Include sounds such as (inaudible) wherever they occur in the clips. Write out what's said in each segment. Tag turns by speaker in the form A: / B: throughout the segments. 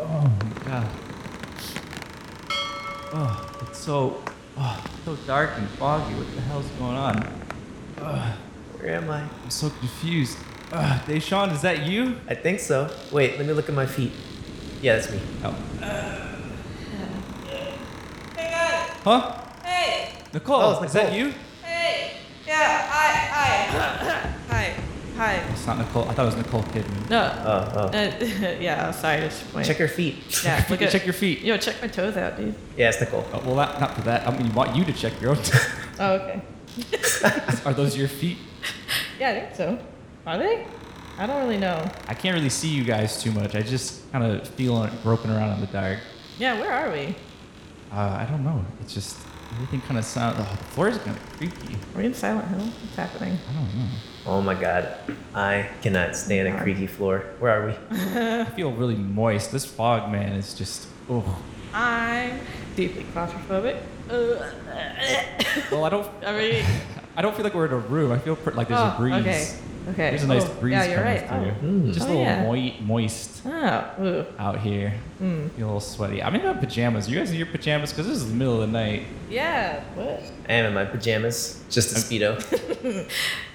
A: Oh my god. Oh, it's so oh, so dark and foggy. What the hell's going on? Ugh,
B: Where am I?
A: I'm so confused. Uh, Deshaun, is that you?
B: I think so. Wait, let me look at my feet. Yeah, that's me.
A: Oh,
C: Hey guys!
A: huh?
C: Hey!
A: Nicole,
B: Oh, it's
A: is that
B: Nicole.
A: you?
C: Hey! Yeah, hi, hi. hi. Hi.
A: It's not Nicole. I thought it was Nicole Kidman.
C: No.
B: Oh, oh.
C: uh, yeah, sorry, just my
B: Check your feet.
C: Yeah, look at
A: check your feet.
C: Yo, check my toes out, dude.
B: Yeah, it's Nicole.
A: Oh, well, that, not for that. I mean, want you to check your own. (laughs) toes.
C: Oh, okay.
A: Are those your feet?
C: Yeah, I think so. Are they? I don't really know.
A: I can't really see you guys too much. I just kind of feel it groping around in the dark.
C: Yeah, where are we?
A: Uh, I don't know. It's just everything kind of sounds. Oh, the floor is kind of creaky.
C: Are we in Silent Hill? What's happening?
A: I don't know.
B: Oh my god. I cannot stand a creaky floor. Where are we?
A: I feel really moist. This fog, man, is just oh.
C: I'm deeply claustrophobic. Uh,
A: Well, I don't.
C: I mean,
A: I don't feel like we're in a room. I feel pr- like there's a
C: oh,
A: breeze.
C: Okay. Okay.
A: There's a nice
C: Oh,
A: breeze
C: Yeah, you're
A: coming
C: right.
A: through.
B: Mm.
A: Just
C: Oh,
A: a little
C: yeah.
A: moi- moist
C: Oh. oh ooh.
A: out here.
C: Mm.
A: Feel a little sweaty. I'm in my pajamas. You guys in your pajamas? Because this is the middle of the night.
C: Yeah. What?
B: I am in my pajamas. Just a
C: (laughs)
B: speedo.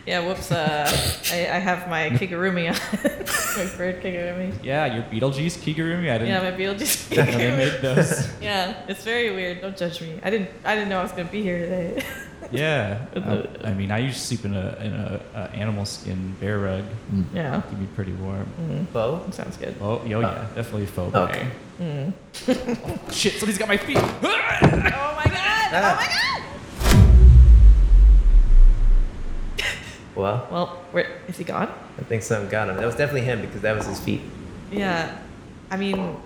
C: Yeah, whoops. Uh, I, I
B: (laughs)
C: have my kigurumi on. (laughs) my bird kigurumi.
A: Yeah, your Beetlejuice Kigurumi. I didn't.
C: Yeah, my Beetlejuice
A: I didn't know they made
C: kigurumi. (laughs)
A: those.
C: Yeah, it's very weird. Don't judge me. I didn't. I didn't know I was gonna be here today. (laughs)
A: yeah.
C: With
A: I,
C: the-
A: I mean, I usually sleep in a in a, uh animal skin bear rug.
C: yeah.
A: It can be pretty warm.
C: Mm,
B: Bo?
C: sounds good.
A: Oh, yo, yeah, definitely faux
B: Okay.
A: bear. (laughs)
C: Mm.
A: Shit, somebody's got my feet.
C: (laughs) Oh my god! Oh my god!
B: Well,
C: Well, where is he gone?
B: I think something got him. That was definitely him because that was his feet.
C: Yeah. I mean,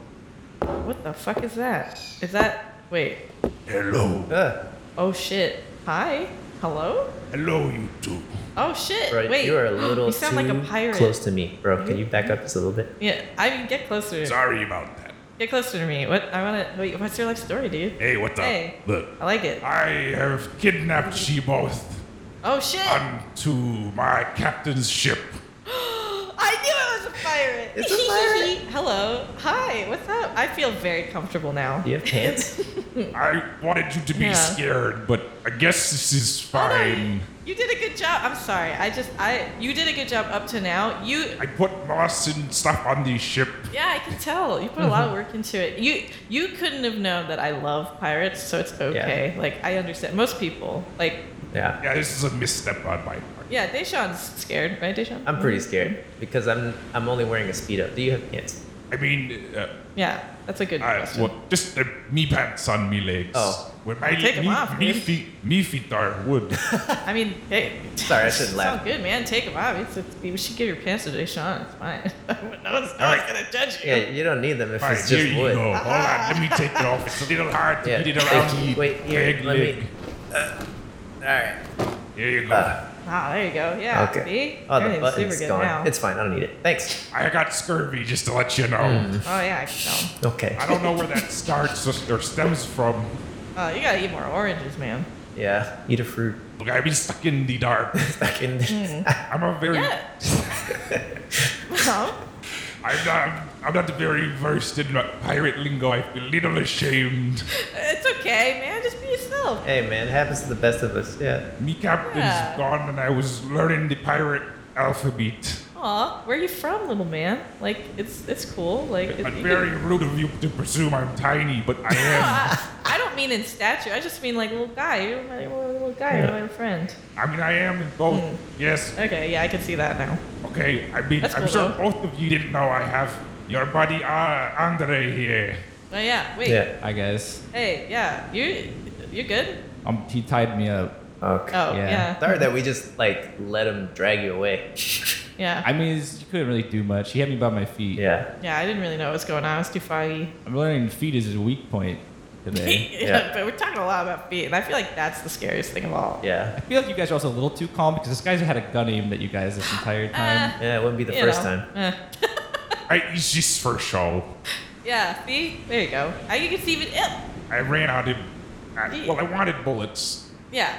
C: what the fuck is that? Is that? Wait.
D: Hello.
B: Ugh.
C: Oh shit. Hi. Hello.
D: Hello, you two.
C: Oh shit.
B: Bro,
C: wait.
B: you are a little
C: (gasps) you sound
B: too
C: like a pirate.
B: close to me. Bro, can you back up just a little bit?
C: Yeah, I mean, get closer.
D: Sorry about that.
C: Get closer to me. What? I wanna. Wait, what's your life story, dude?
D: Hey, what's
C: Hey.
D: up? Look,
C: I like it.
D: I have kidnapped you both
C: Oh shit!
D: onto my captain's ship.
C: (gasps) I knew I was a pirate.
B: It's a pirate.
C: (laughs) Hello. Hi. What's up? I feel very comfortable now.
B: Do
C: (laughs)
B: you have pants?
D: I wanted you to be
C: Yeah.
D: scared, but I guess this is
C: Oh, no, you-
D: fine.
C: You did a good job. I'm sorry. I just I you did a good job up to now. You
D: I put moss and stuff on the ship.
C: yeah, I can tell. You put a lot of work into it. You you couldn't have known that I love pirates, so it's okay. Like I understand. Most people like
B: Yeah.
D: Yeah, this is a misstep on my part.
C: yeah. Deshaun's scared, right? Deshaun.
B: I'm pretty scared because I'm I'm only wearing a speedo. Do you have pants?
D: I mean, uh,
C: Yeah, that's a good
D: I,
C: question.
D: well, just uh, me pants on me legs.
B: Oh.
D: When my
C: Take 'em
D: me,
C: off,
D: me
C: dude.
D: feet, me feet are wood.
C: I mean, hey.
B: Sorry, I shouldn't
C: It's all
B: laugh.
C: good, man. Take them off. It's, it's, we should give your pants to Deshaun. It's fine. (laughs) no one's, no one's gonna judge you.
B: Yeah, you don't need them if
D: All right,
B: it's
D: here
B: just
D: you
B: wood.
D: go. Hold on, let me take it off. It's a little hard to
B: Yeah.
D: get it around
B: Thank you.
D: the
B: Wait, here,
D: big
B: let me-
D: leg.
B: All right.
D: Here you go.
B: Uh,
C: Ah, there you go. Yeah.
B: okay.
C: See?
B: Oh, the
C: Everything's
B: button's
C: super good
B: gone.
C: Now.
B: It's fine. I don't need it. Thanks.
D: I got scurvy, just to let you know.
B: Hmm.
C: oh yeah, I can
B: (laughs)
C: tell.
B: Okay.
D: I don't know where that starts or stems from.
C: Oh, you gotta eat more oranges, man.
B: Yeah. Eat a fruit. (laughs)
D: Look, I've been stuck in the dark.
B: Back in.
C: Hmm.
D: I'm a very,
C: Yeah. (laughs) Mom?
D: I'm not, I'm not very versed in uh, pirate lingo. I feel a little ashamed.
C: It's okay, man. Just be
B: (laughs)
C: yourself.
B: hey, man. It happens to the best of us. Yeah.
D: Me captain's
C: Yeah.
D: gone, and I was learning the pirate alphabet.
C: Aw, where you from, little man? Like, it's it's cool. Like, it,
D: But
C: you
D: very (laughs)
C: can-
D: rude of you to presume I'm tiny, but I
C: No, (laughs)
D: am.
C: I, I don't mean in stature. I just mean like little guy. You're my little, little guy. You're my friend.
D: I mean, I am in both.
C: Hmm.
D: Yes.
C: Okay, yeah, I can see that now.
D: Okay. I mean,
C: That's
D: I'm
C: cool,
D: sure
C: though.
D: both of you didn't know I have your buddy uh, Andre here.
C: Oh yeah. Wait.
B: Yeah.
A: I guess.
C: Hey, yeah. You you good?
A: Um, he tied me up.
B: Okay.
C: Oh
A: Yeah.
C: yeah.
B: Sorry that we just like let him drag you
C: (laughs)
B: away.
C: Yeah.
A: I mean, it's- you couldn't really do much. He had me by my feet.
B: Yeah.
C: yeah, I didn't really know what was going on. I was too foggy.
A: I'm learning feet is a weak point today.
C: (laughs) yeah, but we're talking a lot about feet, and I feel like that's the scariest thing of all.
A: (laughs) I
B: Yeah.
A: feel like you guys are also a little too calm because this guy's had a gun aimed at you guys this
C: (sighs) Uh,
A: entire time.
B: Yeah. It wouldn't be the
C: You
B: first
C: know,
B: time.
C: eh.
D: I, it's just for show.
C: yeah, see? There you go. I you can see even ill.
D: I ran out of. I, well, I wanted bullets.
C: Yeah.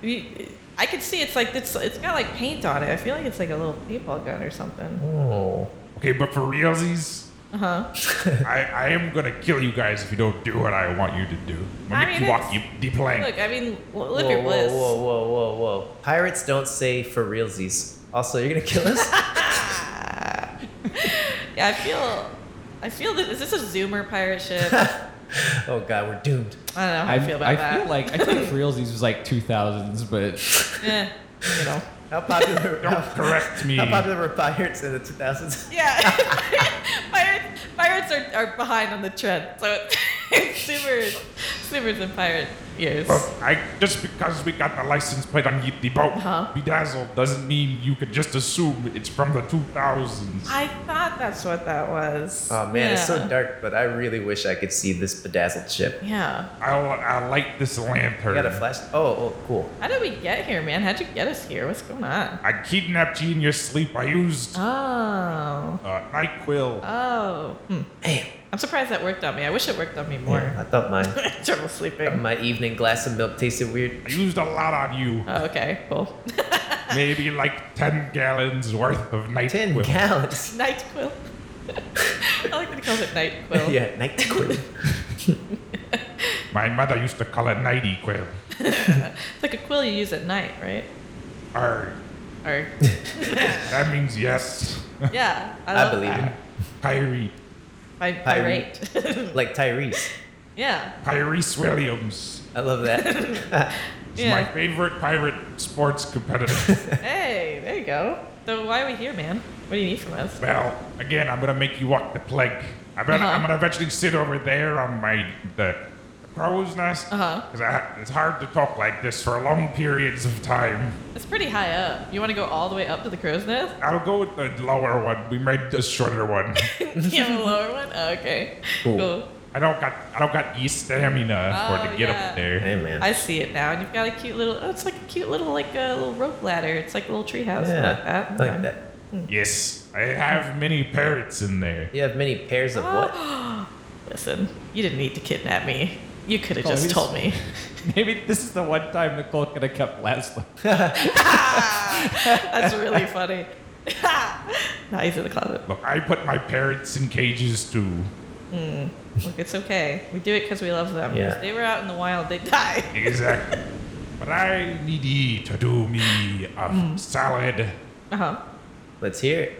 C: You- I can see it's like it's it's got like paint on it. I feel like it's like a little paintball gun or something.
B: Oh.
C: (laughs)
D: Okay, but for realsies,
C: Uh-huh.
D: I, I am gonna kill you guys if you don't do what I want you to do.
C: I
D: I'm
C: mean,
D: gonna make you
C: it's-
D: walk you the plank.
C: Look, I mean, l- live
B: whoa,
C: your
B: whoa,
C: bliss.
B: whoa, whoa, whoa, whoa. Pirates don't say for realsies. Also, you're gonna kill us?
C: (laughs) Yeah, I feel. I feel that is this a Zoomer pirate
B: (laughs)
C: ship? I
B: oh god, we're doomed.
C: don't know how I,
A: I,
C: feel about
A: I
C: that.
A: feel like I think Realsies was like 2000s, but (laughs)
C: Eh, you know.
B: How popular?
D: (laughs) don't
B: how,
D: correct me.
B: how popular were pirates in the 2000s?
C: Yeah, (laughs) pirates, pirates are, are behind on the trend, so (laughs) Zoomers, Zoomers and pirate years.
D: Look, I, just because we got the license plate on the boat,
C: Uh-huh.
D: Bedazzled, doesn't mean you can just assume it's from the 2000s.
C: I thought that's what that was.
B: (laughs) Oh man,
C: yeah.
B: it's so dark, but I really wish I could see this bedazzled ship.
C: Yeah.
D: I'll, I'll light this
B: You
D: lantern.
B: got a flash? Oh, oh, cool.
C: How did we get here, man? How'd you get us here? What's going on?
D: I kidnapped you in your sleep. I used uh,
C: Oh.
D: NyQuil.
C: Oh. Hmm.
B: Damn.
C: I'm surprised that worked on me. I wish it worked on me
B: Yeah,
C: more.
B: I thought my
C: (laughs) Trouble
B: (laughs)
C: sleeping.
B: my evening glass of milk tasted weird.
D: I used a lot on you.
C: Oh, okay, cool. (laughs)
D: Maybe like 10 gallons worth of NyQuil.
B: Ten gallons.
C: Night quill. (laughs) I like that he calls it night quill.
B: (laughs) yeah, night quill.
D: My mother used to call it nighty quill.
C: It's like a quill you use at night, right?
D: Arr,
B: (laughs)
C: Or
D: that means yes.
C: yeah, (laughs) I,
B: I
C: love
B: believe
C: that.
B: it.
D: Kyrie.
C: By, by
B: Pirate.
C: rate.
B: Like Tyrese.
C: (laughs) yeah.
D: Tyrese Williams
B: I love
C: (laughs)
B: that.
D: is my
C: Yeah.
D: favorite pirate sports competitor.
C: (laughs) Hey, there you go. So why are we here, man? What do you need from us?
D: well, again, I'm gonna make you walk the plank. I'm gonna, I'm
C: Uh-huh.
D: gonna eventually sit over there on my the crow's nest
C: Uh-huh.
D: because it's hard to talk like this for long periods of time.
C: It's pretty high up. You want to go all the way up to the crow's nest? (laughs)
D: I'll go with the lower one. We made a shorter one. (laughs)
C: you
B: (laughs)
C: have a lower one? Oh, okay.
B: Cool.
D: I don't got I don't got yeast stamina uh, for
C: Oh,
D: to get
C: yeah.
D: up there.
B: hey man.
C: I see it now, and you've got a cute little. Oh, it's like a cute little like a little rope ladder. It's like a little treehouse
B: yeah,
C: like that.
B: I like
C: Okay.
B: that.
D: Yes, I have many parrots in there.
B: You have many pairs of what?
C: (gasps) Listen, you didn't need to kidnap me. You could have
A: Oh,
C: just
A: he's-
C: told me.
A: maybe this is the one time Nicole could have kept Laszlo.
C: (laughs) That's
B: (laughs)
C: really funny. (laughs) now he's in the closet.
D: Look, I put my parrots in cages too.
C: Look, it's okay. We do it because we love them.
B: Yeah.
C: If they were out in the wild, they'd die. (laughs)
D: Exactly. but I need ye to do me a
C: Mm.
D: salad.
C: Uh huh.
B: Let's hear it.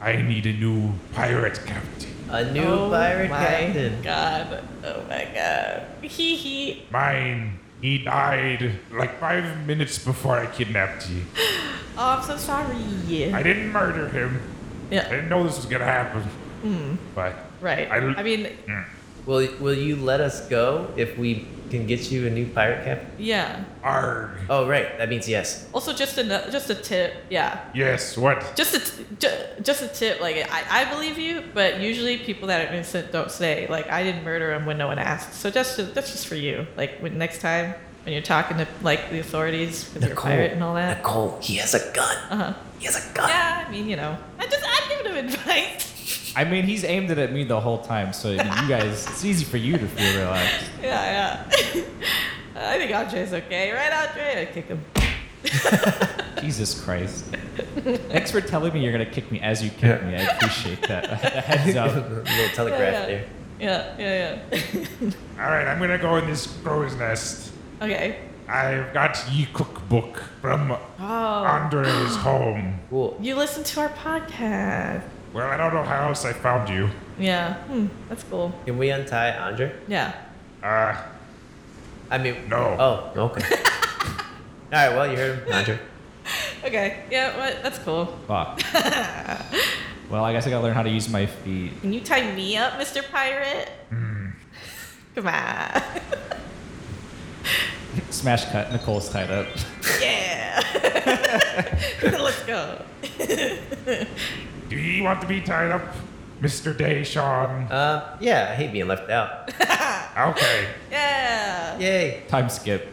D: I need a new pirate captain.
B: A new pirate captain.
C: Oh God. Oh my god. Hee hee.
D: Mine. He died like five minutes before I kidnapped you.
C: Oh, I'm so sorry.
D: I didn't murder him. I
C: yeah.
D: didn't know this was gonna happen.
C: Mm.
D: But mm,
C: Right.
D: I l-
C: I mean,
B: Will Will you let us go if we can get you a new pirate captain?
C: yeah.
D: arg.
B: Oh right, that means yes.
C: Also, just a just a tip. Yeah.
D: Yes, what?
C: Just a t- ju- just a tip. Like I, I believe you, but usually people that are innocent don't say like I didn't murder him when no one asked. So that's just, that's just for you. Like when next time when you're talking to like the authorities with your pirate and all that.
B: Nicole, he has a gun.
C: Uh huh.
B: He has a gun.
C: Yeah. I mean, you know, I just I'm giving him advice.
A: I mean, he's aimed it at me the whole time, so you
C: (laughs)
A: guys, it's easy for you to feel relaxed.
C: yeah, yeah. (laughs) I think Andre's okay, right, Andre? I kick him.
A: Jesus
C: (laughs)
A: Christ. Thanks for telling me you're gonna kick me as you kick me. I appreciate that. (laughs) A heads up.
B: (laughs) little telegraph
C: yeah,
B: there.
C: yeah, yeah, yeah.
D: All right, I'm gonna go in this crow's nest.
C: Okay.
D: I've got ye cookbook from
C: Oh, (gasps)
D: Andre's home.
B: Cool.
C: you listen to our podcast.
D: Well, I don't know how else I found you.
C: Yeah. Hmm. That's cool.
B: Can we untie Andre?
C: Yeah.
D: Uh,
B: I mean,
D: No.
B: Oh, okay. (laughs) All right. Well, you heard him, Andre.
C: Okay. Yeah. What? That's cool. (laughs)
A: Fuck. Well, I guess I gotta learn how to use my feet. (laughs)
C: Can you tie me up, Mr. Pirate? Come on. (laughs)
A: Smash cut. Nicole's tied up. (laughs)
C: yeah. (laughs) Let's go.
D: do you want to be tied up, Mr. Deshawn?
B: Uh, yeah, I hate being left out.
C: Uh.
D: Okay.
C: Yeah.
B: Yay.
A: Time
C: (laughs)
A: skip.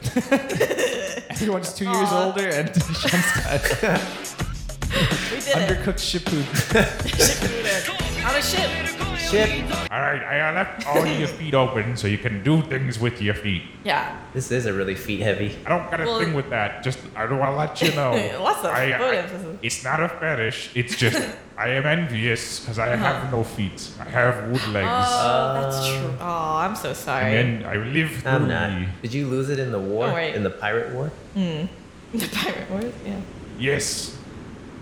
A: Everyone's two years
C: Aw.
A: older and (laughs) Sean's cut.
C: We did it. (laughs)
A: Undercooked shapood.
C: Ship on a ship.
B: ship.
D: All right, I left
C: (laughs)
D: all your feet open so you can do things with your feet.
C: Yeah.
B: This is a really feet heavy.
D: I don't got a
C: Well-
D: thing with that. Just I don't want to let you know.
C: (laughs) Lots of
D: I- I-
C: foot emphasis.
D: It's not a fetish. It's
C: (laughs)
D: just I am envious because I have no feet. I have wood legs,
C: Uh-huh. Oh, that's true. Oh, I'm so sorry. (laughs)
D: and then I live through.
B: I'm not. Did you lose it in the war?
C: Don't worry.
B: In the pirate war?
C: the pirate wars. Yeah.
D: Yes,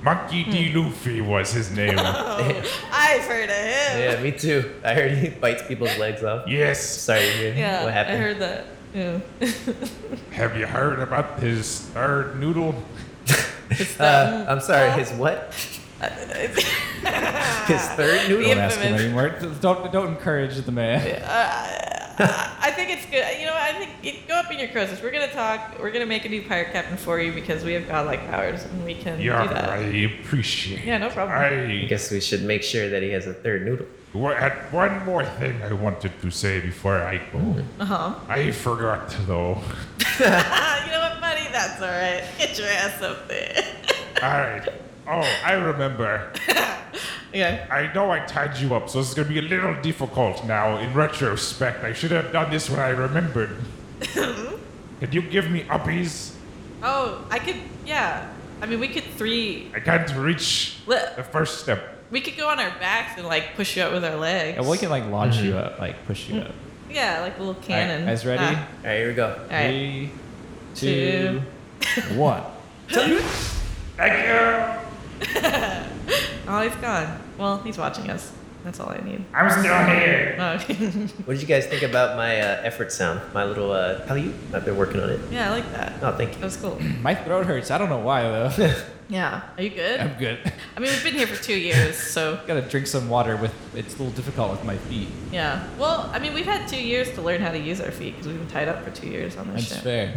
D: Monkey D.
C: Hmm.
D: Luffy was
C: (laughs)
D: his name.
C: I've heard of him.
B: Yeah, me too. I heard he bites people's legs off.
D: yes.
B: Sorry to hear
C: Yeah,
B: what
C: I
B: happened.
C: heard that. Yeah.
A: (laughs)
D: Have you heard about his third noodle?
B: (laughs) uh, I'm sorry,
C: Ah.
B: his what? His
C: (laughs)
B: third noodle?
A: Don't ask him
C: Infamous.
A: anymore. Don't don't encourage the
C: (laughs)
A: man.
C: I Uh, I think it's good. You know, I think it, go up in your crosses. We're gonna talk. We're gonna make a new pirate captain for you because we have godlike powers and we can
D: Yeah,
C: do that.
D: I appreciate.
C: Yeah, no problem.
D: I
B: I guess we should make sure that he has a third noodle.
D: Well, had one more thing I wanted to say before I go.
C: Uh huh.
D: I forgot though. (laughs) All
C: (laughs) you know what, buddy? That's all right. Get your ass up there. (laughs)
D: right. Oh, I remember.
C: yeah.
D: I know I tied you up, so this is gonna be a little difficult now. In retrospect, I should have done this when I
C: (laughs)
D: remembered. Can you give me uppies?
C: Oh, I could. Yeah. I mean, we could three.
D: I can't reach
C: le-
D: the first step.
C: We could go on our backs and like push you up with our legs.
A: Yeah, we can like launch you up, like push you up.
C: Yeah, like a little cannon.
A: guys, ready?
C: Mm, Ah,
B: All right, here we go.
C: all right.
A: Three, two, (laughs) one. (clears throat)
D: Thank you.
C: Oh, he's gone. Well, he's watching us. That's all I need.
D: I'm still here.
C: Oh,
B: What did you guys think about my uh, effort sound? My little uh, palute? I've been working on it.
C: (laughs) yeah, I like that.
B: Oh, thank you. (laughs)
C: That was cool.
A: My throat hurts. I don't know why
C: (laughs)
A: though. (laughs)
C: Yeah. Are you good?
A: I'm good. (laughs)
C: I mean, we've been here for two years, so
A: Gotta drink some water. With it's a little difficult with my feet.
C: yeah. Well, I mean, we've had two years to learn how to use our feet because we've been tied up for two years on this
A: That's
C: shit.
A: fair.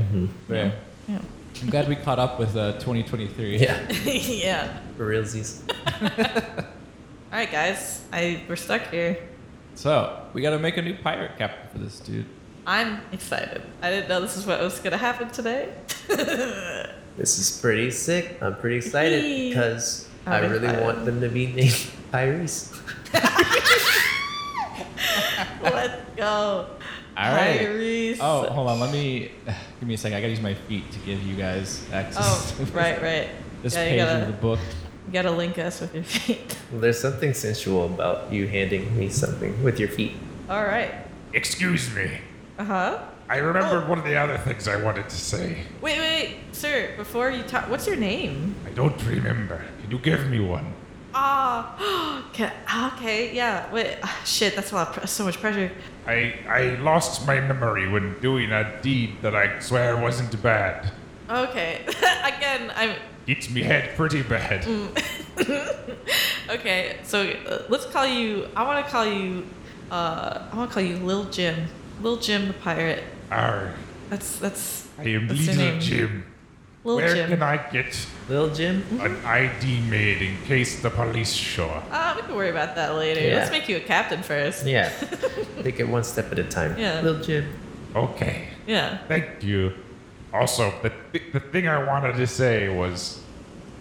A: Fair.
C: Yeah.
A: I'm glad we caught up with uh, 2023.
B: Yeah,
C: yeah. (laughs)
B: for realsies.
C: All right, guys. I we're stuck here.
A: So we gotta make a new pirate captain for this dude.
C: I'm excited. I didn't know this is what was gonna happen today. (laughs)
B: This is pretty sick. I'm pretty excited
C: Yee.
B: because
C: I'm
B: I really
C: excited.
B: want them to be (laughs) named Pyrese.
C: Let's go.
A: All right.
C: Tyrese.
A: Oh, hold on. Let me (sighs) give me a second. I gotta use my feet to give you guys access. (laughs)
C: Oh,
A: to
C: right, right.
A: This
C: yeah, you
A: page
C: gotta,
A: of the book.
C: you gotta link us with your feet. (laughs)
B: Well, There's something sensual about you handing me something with your feet.
C: All right.
D: Excuse me.
C: Uh huh.
D: I
C: Oh.
D: remembered one of the other things I wanted to say.
C: Wait, wait, wait, sir. Before you talk, what's your name?
D: I don't remember. Can you give me one?
C: Ah, (gasps) okay, okay, yeah. Wait, (sighs) ah, shit, that's a lot. Of, pr- so much pressure.
D: I I lost my memory when doing a deed that I swear wasn't bad.
C: Okay, (laughs) again, I'm
D: Hit me head pretty bad.
C: Mm. okay. So uh, let's call you. I want to call you. Uh, I want to call you Lil Jim. Lil Jim the pirate.
D: Arr,
C: That's that's
D: I am
C: What's your
D: Little
C: name?
D: Jim.
C: Lil
D: Where
C: Jim.
D: can I get
B: Lil Jim?
D: an ID made in case the police show up?
C: Ah, we can worry about that later.
B: Yeah.
C: Let's make you a captain first.
B: Yeah. Take it one step at a time.
C: Yeah.
B: Lil Jim.
D: Okay,
C: Yeah.
D: thank you. Also, the, th- the thing I wanted to say was,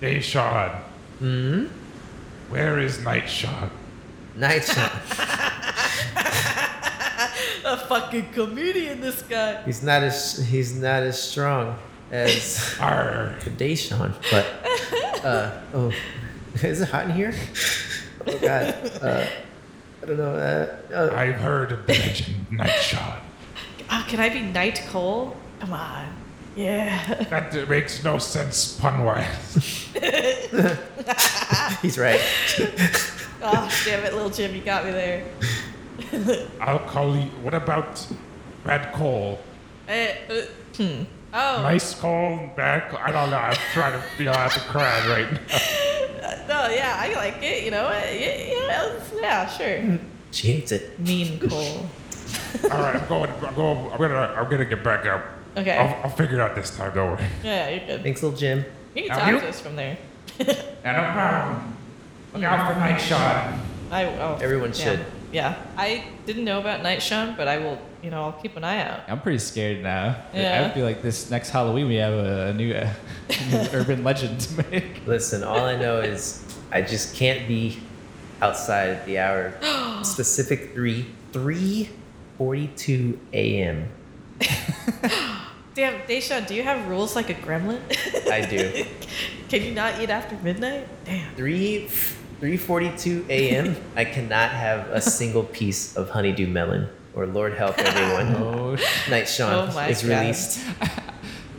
D: Dayshawn. Hmm? Where is Nightshot?
B: Night shot.
C: A fucking comedian, this guy.
B: He's not as he's not as strong as
D: Arr,
B: Dayshawn, but uh, oh, is it hot in here? Oh God, uh, I don't know. Uh, uh,
D: I've heard of the legend Nightshot.
C: Oh, can I be Knight Cole? Come on. Yeah. (laughs)
D: That uh, makes no sense pun-wise.
B: he's right.
C: oh, damn it, Lil Jim, you got me there.
D: I'll call you. What about bad call?
C: Eh, uh, hmm. Oh.
D: Nice call, bad call. I don't know. I'm trying to feel out the crowd right now.
C: No, yeah, I like it. You know, yeah, yeah, it's- yeah sure.
B: She hates it.
C: Mean Cole.
D: All right, I'm going. I'm going. I'm gonna. I'm gonna get back up.
C: Okay.
D: I'll, I'll figure it out this time. Don't worry.
C: (laughs) Yeah, you're good.
B: Thanks, Lil Jim.
C: You can
D: Now
C: talk
D: you-
C: to us from there.
D: And I'm out. Look out for night shot.
C: I oh,
B: Everyone
C: yeah.
B: should.
C: Yeah, I didn't know about Night Shun, but I will. You know, I'll keep an eye out.
A: I'm pretty scared now. I
C: Yeah.
A: feel like this next Halloween we have a, new, (laughs) uh,
C: (laughs)
A: new urban legend to make.
B: Listen, all I know is I just can't be outside the
C: (gasps)
B: hour specific three three forty two a.m.
C: Damn, Deshaun, do you have rules like a gremlin? (laughs)
B: I do.
C: Can you not eat after midnight? Damn.
B: three three forty two a.m. I cannot have a single piece of honeydew melon or Lord help everyone.
C: (laughs)
A: Oh, sh-
B: Night Sean
C: Oh my
B: is
C: God.
B: released.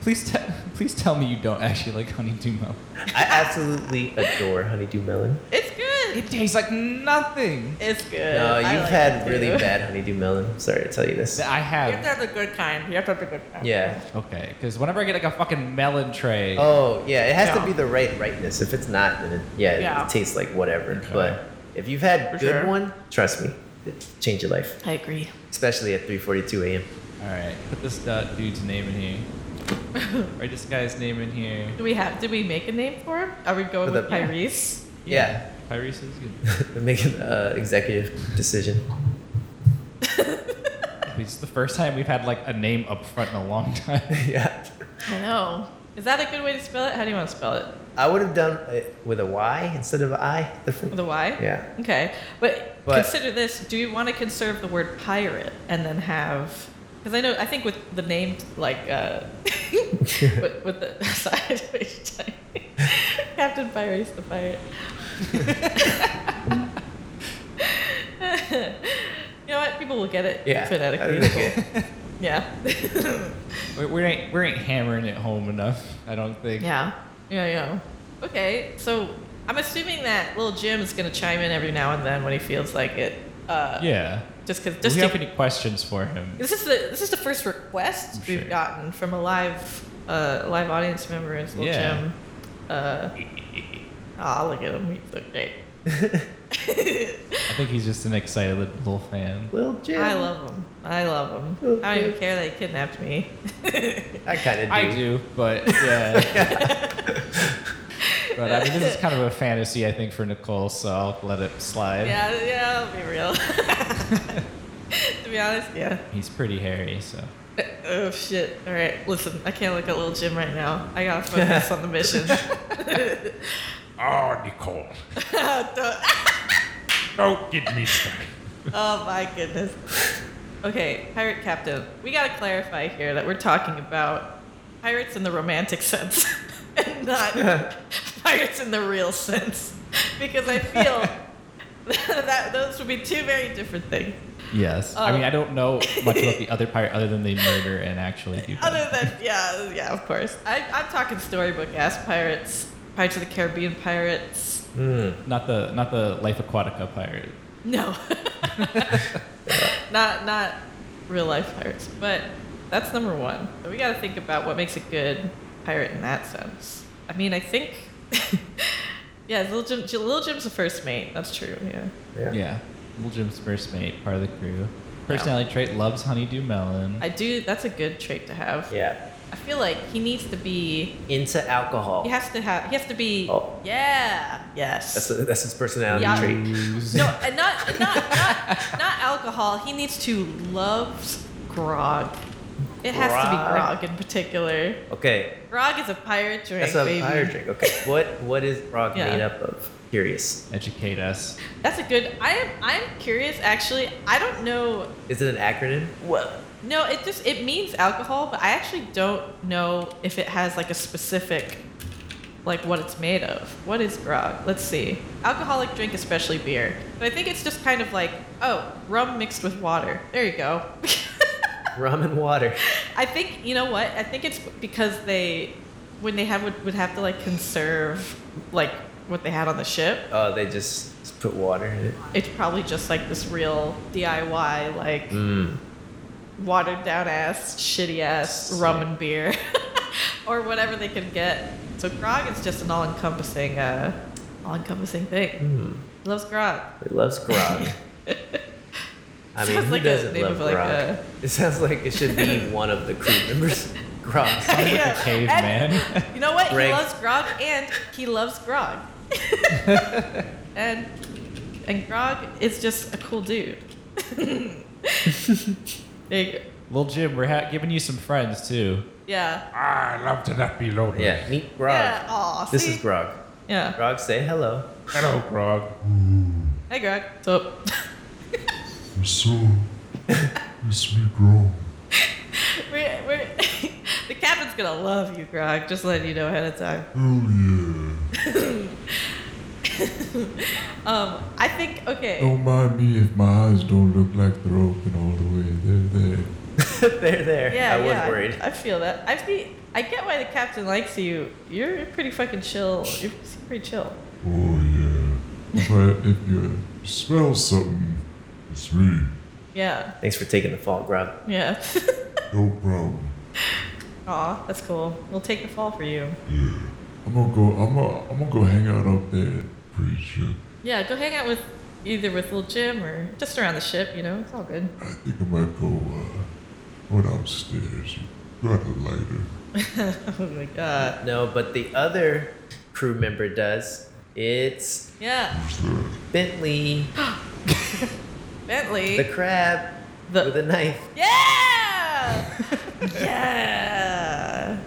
A: please, te- please tell me you don't actually like honeydew melon.
B: I absolutely adore honeydew melon.
C: It's good.
A: It tastes like nothing.
C: It's good.
B: No,
C: (laughs) I
B: you've
C: like
B: had
C: it
B: really
C: too.
B: bad honeydew melon. Sorry to tell you this.
A: I
C: You have to
A: have.
C: have the good kind. You have to have the good kind.
B: Yeah.
A: Okay, because whenever I get like a fucking melon tray,
B: Oh yeah, it has to
C: Yeah.
B: be the right rightness. If it's not, then it, yeah,
C: Yeah.
B: it tastes like whatever.
A: Okay.
B: But if you've had
C: For
B: good
C: sure.
B: one, trust me, it change your life,
C: I agree.
B: especially at 3:42 a.m.
A: all right, put this uh, dude's name in here.
C: (laughs)
A: Write this guy's name in here.
C: Do we have? Did we make a name for him? Are we going
B: For
C: with
B: the-
C: Pyrese?
B: Yeah,
A: Pyrese is good.
B: (laughs) make an uh, executive decision. (laughs)
A: It's the first time we've had like a name up front in a long time.
B: yeah,
C: I know. Is that a good way to spell it? How do you want to spell it?
B: I would have done it with a Y instead of a I.
C: With a Y?
B: Yeah.
C: Okay. But,
B: But-
C: consider this. Do you want to conserve the word pirate and then have. Because I know, I think with the name, like, uh,
B: (laughs)
C: with, with the (laughs) sideways type, (laughs) Captain Pirates the Pirate. (laughs) you know what? People will get it
B: Yeah,
C: phonetically.
B: I think it-
C: (laughs) Yeah.
A: We, we ain't we ain't hammering it home enough. I don't think.
C: Yeah. Yeah, yeah. Okay, so I'm assuming that little Jim is going to chime in every now and then when he feels like it. Uh,
A: Yeah.
C: Just because.
A: Do
C: Just
A: we have
C: to-
A: any questions for him?
C: this is the this is the first request
A: I'm
C: we've
A: sure.
C: gotten from a live uh, live audience member. It's little
A: Yeah.
C: Jim. Uh, aw, look at him. He's so great.
A: I think he's just an excited little fan.
B: Lil Jim.
C: I love him. I love him. I don't even care that he kidnapped me.
B: I kind of do.
A: I do, but yeah.
C: (laughs)
A: but I mean, this is kind of a fantasy, I think, for Nicole. So I'll let it slide.
C: yeah, yeah. I'll be real. (laughs) to be honest, yeah.
A: He's pretty hairy, so.
C: Uh, Oh shit! All right, listen. I can't look at little Jim right now. I gotta
A: (laughs)
C: focus on the mission. (laughs)
D: Oh, Nicole.
C: Don't-
D: Don't get me started.
C: oh my goodness. Okay, pirate captain. We gotta clarify here that we're talking about pirates in the romantic sense, (laughs) and not pirates in the real sense, because I feel (laughs) that those would be two very different things.
A: Yes. I mean,
C: Oh.
A: I don't
C: (laughs)
A: know much about the other pirate other than they murder and actually do.
C: Other than yeah, yeah, of course. I, I'm talking storybook ass pirates, Pirates of the Caribbean pirates.
B: Mm.
A: Not the not the Life Aquatica pirate.
C: No. (laughs) not not real life pirates, but that's number one. So we got to think about what makes a good pirate in that sense. I mean, I think. (laughs) yeah, Little Jim. Little Jim's the first mate. That's true. Yeah.
B: Yeah.
A: Yeah. Little Jim's first mate, part of the crew. Personality trait loves honeydew melon.
C: I do. That's a good trait to have.
B: Yeah.
C: I feel like he needs to be.
B: Into alcohol.
C: He has to have. He has to be.
B: Oh.
C: Yeah. Yes.
B: That's that's his personality
C: Yeah.
B: trait.
C: no, and not and not not not alcohol. He needs to love grog. It has to be
B: Grog?
C: grog in particular.
B: Okay,
C: Grog is a pirate drink,
B: that's a
C: baby.
B: pirate drink. Okay, what what is grog
C: Yeah.
B: made up of? Curious.
A: Educate us.
C: That's a good. I am. I'm curious. Actually, I don't know.
B: Is it an acronym?
C: Well, no. It just it means alcohol, but I actually don't know if it has like a specific, like what it's made of. What is grog? Let's see. Alcoholic drink, especially beer. But I think it's just kind of like oh, rum mixed with water. There you go. (laughs)
B: Rum and water.
C: I think you know what? I think it's because they, when they had would, would have to like conserve, like what they had on the ship.
B: Oh, they just, just put water in it.
C: It's probably just like this real DIY, like
B: Mm.
C: watered down ass, shitty ass rum and beer, (laughs) or whatever they can get. So grog is just an all encompassing, uh, all encompassing thing.
B: Mm.
C: Loves grog.
B: It loves grog. I mean,
C: Sounds
B: who
C: like a
B: doesn't
C: name
B: love
C: of, like,
B: grog?
C: a-
B: It sounds like it should
C: (laughs)
B: be one of the crew members. Grog.
A: Sounds like
C: Yeah,
A: a caveman.
C: You know what?
B: Greg.
C: He loves grog and he loves grog. and and grog is just a cool dude. (laughs) there you go.
A: (laughs) Little Jim, we're ha- giving you some friends too.
C: Yeah.
D: I love to not be lonely.
B: Yeah, meet grog.
C: Yeah. Aw,
B: This
C: see?
B: is grog.
C: Yeah.
B: Grog, say hello.
D: Hello, Grog.
C: Hey, Grog. So,
E: So, it's me, girl.
C: we're, we're (laughs) the captain's gonna love you, Grog. Just letting you know ahead of time.
E: Hell yeah.
C: (laughs) Um, I think okay.
E: Don't mind me if my eyes don't look like they're open all the way. They're there.
B: (laughs) They're there.
C: Yeah,
B: I was
C: yeah,
B: worried.
C: I feel that. I feel, I get why the captain likes you. You're you're pretty fucking chill. You're pretty chill.
E: Oh yeah. But if you smell something, it's me.
C: Yeah,
B: Thanks for taking the fall, Grub.
C: yeah. (laughs)
E: No problem.
C: Aw, that's cool. We'll take the fall for you.
E: Yeah. I'm gonna go. I'm gonna. I'm gonna go hang out up there. and Preach it.
C: Yeah, go hang out with either with little Jim or just around the ship. You know, it's all good. (laughs)
E: I think I might go. Uh, go downstairs. Got a lighter.
C: oh my god.
B: Uh, No, but the other crew member does. It's
C: Yeah,
E: Who's that?
B: Bentley,
C: Bentley.
B: the crab
C: The-
B: with a knife.
C: (laughs) yeah, yeah.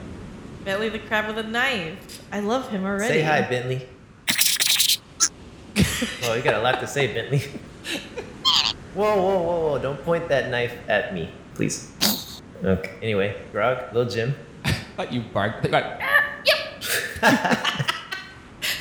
C: Bentley the crab with a knife. I love him already.
B: Say hi, Bentley. oh, you got a lot to say, Bentley. whoa, whoa, whoa, whoa! Don't point that knife at me, please. Okay. Anyway, Grog, little Jim.
A: thought you barked. All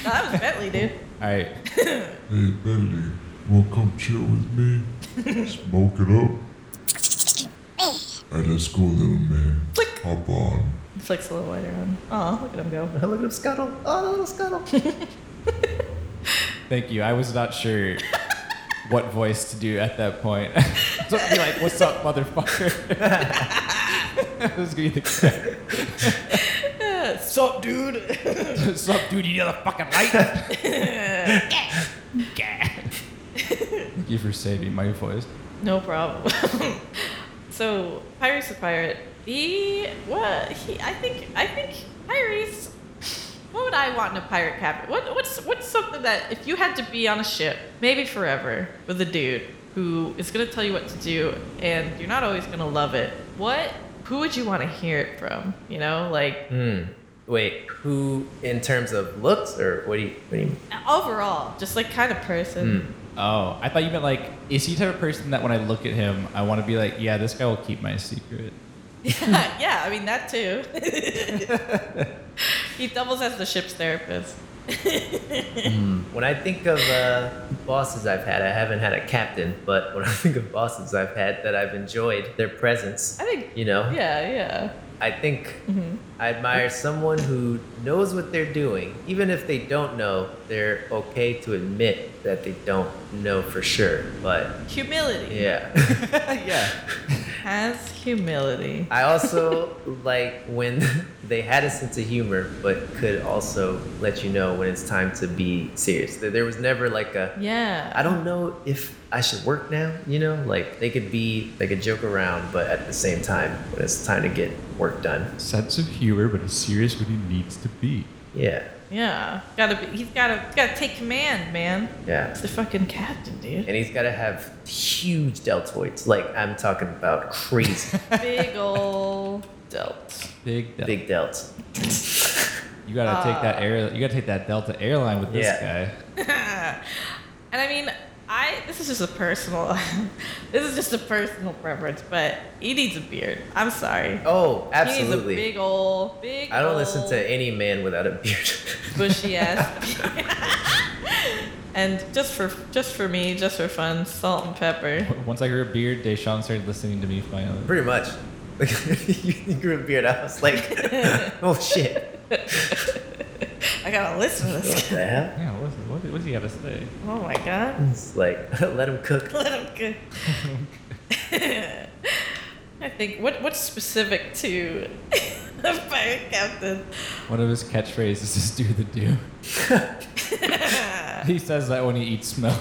C: No, that was Bentley, dude.
A: right.
E: Hey, Bentley, wanna come chill with me? Smoke it up. Alright, let's go, little man.
C: Click.
E: Hop on.
C: Flicks a little lighter on. Aw, look at him go.
B: Oh, look at him scuttle. Oh, the little scuttle.
A: Thank you. I was not
C: (laughs)
A: sure what voice to do at that point. (laughs) I was gonna be like, "What's up, motherfucker?" (laughs) It was gonna be the
C: Yeah, Sup, dude?
A: "What's up, dude? You need a fucking
D: (laughs)
A: light." Thank you for saving my voice.
C: no problem. (laughs) so, Pyrus the pirate. He what? He I think I think Pyrus. What would I want in a pirate captain? What what's what's something that if you had to be on a ship, maybe forever, with a dude who is gonna tell you what to do and you're not always gonna love it. What? Who would you want to hear it from? You know, like
B: Hmm. Wait, who in terms of looks or what do you? What do you mean?
C: overall, just like kind of person.
A: Oh, I thought you meant like, is he the type of person that when I look at him, I want to be like, yeah, this guy will keep my secret.
C: yeah, (laughs) yeah, I mean that too. (laughs) he doubles as the ship's therapist.
B: When I think of uh, bosses I've had, I haven't had a captain, but when I think of bosses I've had that I've enjoyed their presence,
C: I think.
B: you know,
C: Yeah, yeah.
B: I think I admire someone who knows what they're doing. Even if they don't know, they're okay to admit that they don't know for sure. But
C: Humility
B: yeah.
A: yeah.
C: has humility.
B: I also like when (laughs) they had a sense of humor, but could also let you know when it's time to be serious. There there was never like a, I
C: Yeah,
B: don't know if I should work now, you know? Like they could be, they could joke around, but at the same time, when it's time to get work done.
A: Sense of humor, but is serious when he needs to be.
B: Yeah,
C: yeah. Gotta be. He's gotta. He's gotta take command, man.
B: yeah.
C: It's the fucking captain,
B: (laughs)
C: dude.
B: And he's got to have huge deltoids. Like I'm talking about crazy
C: Big old delt.
A: Big. Del-
B: big delts.
A: You gotta take that air. You gotta take that Delta airline with this
B: Yeah.
A: guy.
C: and I mean, I this is just a personal. (laughs) this is just a personal preference, but he needs a beard. I'm sorry.
B: Oh,
C: He needs a
B: absolutely.
C: big old, big.
B: I don't listen
C: ol'
B: to (laughs) any man without a beard. (laughs)
C: bushy ass. (laughs) and just for just for me, just for fun, salt and pepper.
A: Once I grew a beard, Deshawn started listening to me finally.
B: Pretty much. (laughs) Like, you grew a beard. I was like, (laughs) oh shit.
C: I gotta listen to
B: What
C: this.
B: the hell?
A: Yeah, what's, what, what's he gotta say?
C: Oh my god,
B: It's like, (laughs) let him cook.
C: (laughs) let him good. I think what what's specific to (laughs) the fire captain?
A: One of his catchphrases is "Do the
B: (laughs)
A: do." he says that when he eats mel-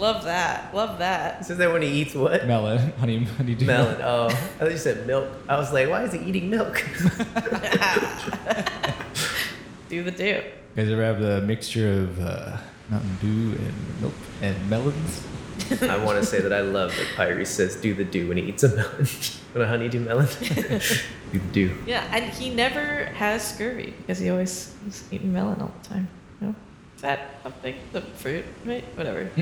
C: Love that, love that. (laughs)
B: Says that when he
A: (laughs)
B: eats what?
A: melon, honey, honey do.
B: Melon. Oh, I thought you said milk. I was like, why is he eating milk?
C: Do the do.
A: You guys ever have the mixture of uh, Mountain Dew and milk and melons?
B: I want to say that I love that Pyrie says, do the do when he eats a melon. (laughs) when a honeydew melon. do the do.
C: Yeah, and he never has scurvy because he always he's eating melon all the time. You know? Is that something? The fruit, right? Whatever. (laughs)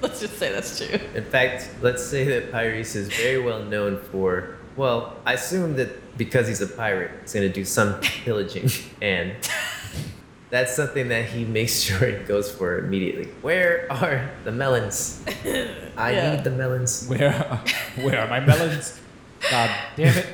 C: Let's just say that's true.
B: In fact, let's say that Pyrese is very well known for. Well, I assume that because he's a pirate, he's going to do some pillaging. And that's something that he makes sure it goes for immediately. Where are the melons? I
C: Yeah.
B: need the melons.
A: (laughs) Where are, (laughs) where are my melons? God damn it.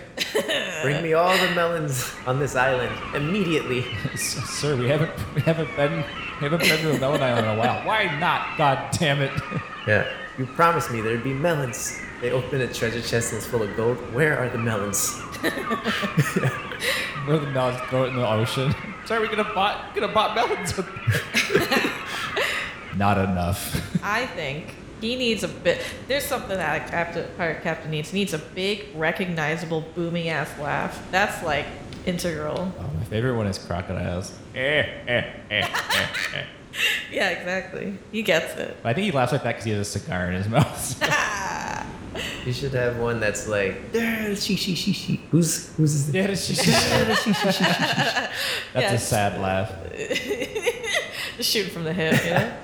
B: Bring me all the melons on this island immediately.
A: Sir, we haven't we haven't been we haven't been to a melon island in a while. Why not? God damn it. (laughs)
B: Yeah. You promised me there'd be melons. They open a treasure chest and it's full of gold. Where are the melons?
A: Where the melons throw it in the ocean. Sorry, we could have bought could have bought melons (laughs) with Not enough. (laughs)
C: I think he needs a bit. There's something that a captain, pirate captain needs. He needs a big, recognizable, booming ass laugh. That's like integral.
A: Oh, my favorite one is crocodiles.
D: Eh, eh, eh, eh, eh.
C: Yeah, exactly. He gets it.
A: But I think he laughs like that because he has a cigar in his (laughs) mouth.
B: You should have one that's like, "There, she, she, she, she. Who's, who's this?
A: yeah, it's just- that's a
C: Yes.
A: sad laugh.
C: Just shooting from the hip,
B: (laughs)
C: you know?